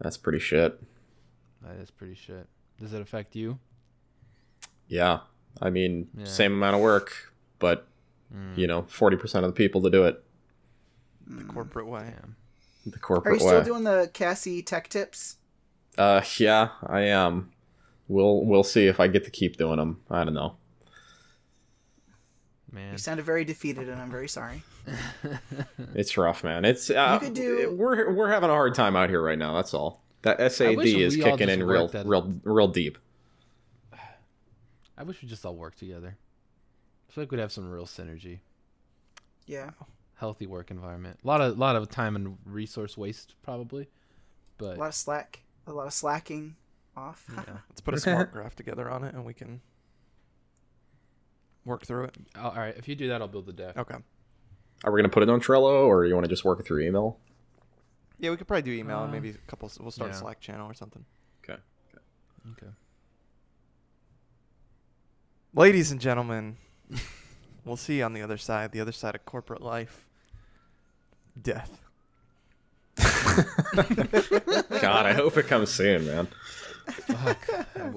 that's pretty shit.
That is pretty shit. Does it affect you?
Yeah, I mean,
Yeah. Mm.
same amount of work, but you know, forty percent of the people to do it
The corporate way.
the
Are you
corporate
still
way.
doing the Cassie tech tips?
uh, yeah, I am. We'll we'll see if I get to keep doing them. I don't know.
Man.
You sounded very defeated, and I'm very sorry.
It's rough, man. It's uh,
could do-
We're we're having a hard time out here right now. That's all. That SAD
wish
is
we all
kicking
just
in real
worked at it.
real real deep.
I wish we just all worked together. I feel like we'd have some real synergy.
Yeah.
Healthy work environment. A lot of lot of time and resource waste probably.
A
But
lot of slack. A lot of slacking off.
Let's put a smart graph together on it and we can work through it.
all right, if you do that I'll build the deck.
Okay.
Are we gonna put it on Trello, or you want to just work it through email?
Yeah, we could probably do email and
Uh,
maybe
Um,
a couple we'll start
yeah.
a Slack channel or something.
Okay.
Okay.
Ladies and gentlemen, [LAUGHS] we'll see you on the other side, the other side of corporate life. Death.
God, I hope it comes soon, man.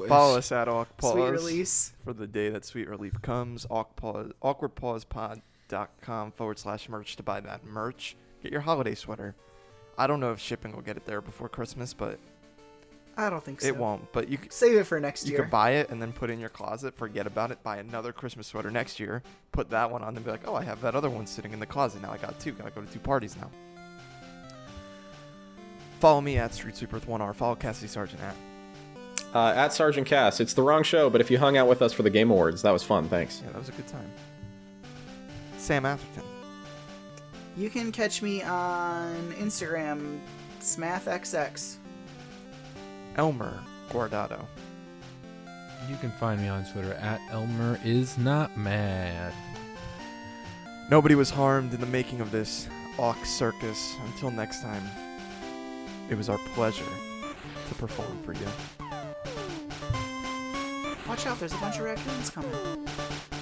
Follow us at Awk Pause.
[LAUGHS] Sweet release.
for the day that sweet relief comes. Awkward awkwardpausepod.com forward slash merch to buy that merch. Get your holiday sweater. I don't know if shipping will get it there before Christmas, but
I don't think so.
it won't. But you c-
Save it for next
you
year.
could buy it and then put it in your closet, forget about it, buy another Christmas sweater next year, put that one on, and be like, oh, I have that other one sitting in the closet now. I got two. Gotta go to two parties now. Follow me at Street Sweeper with one R. Follow Cassidy Sargent at.
Uh, at Sergeant Cass, it's the wrong show, but if you hung out with us for the Game Awards, that was fun. Thanks.
Yeah, that was a good time. Sam Atherton.
You can catch me on Instagram, SmathXX.
Elmer Guardado.
You can find me on Twitter at Elmer is not mad.
Nobody was harmed in the making of this Ox Circus. Until next time, it was our pleasure to perform for you.
Watch out, there's a bunch of raccoons coming.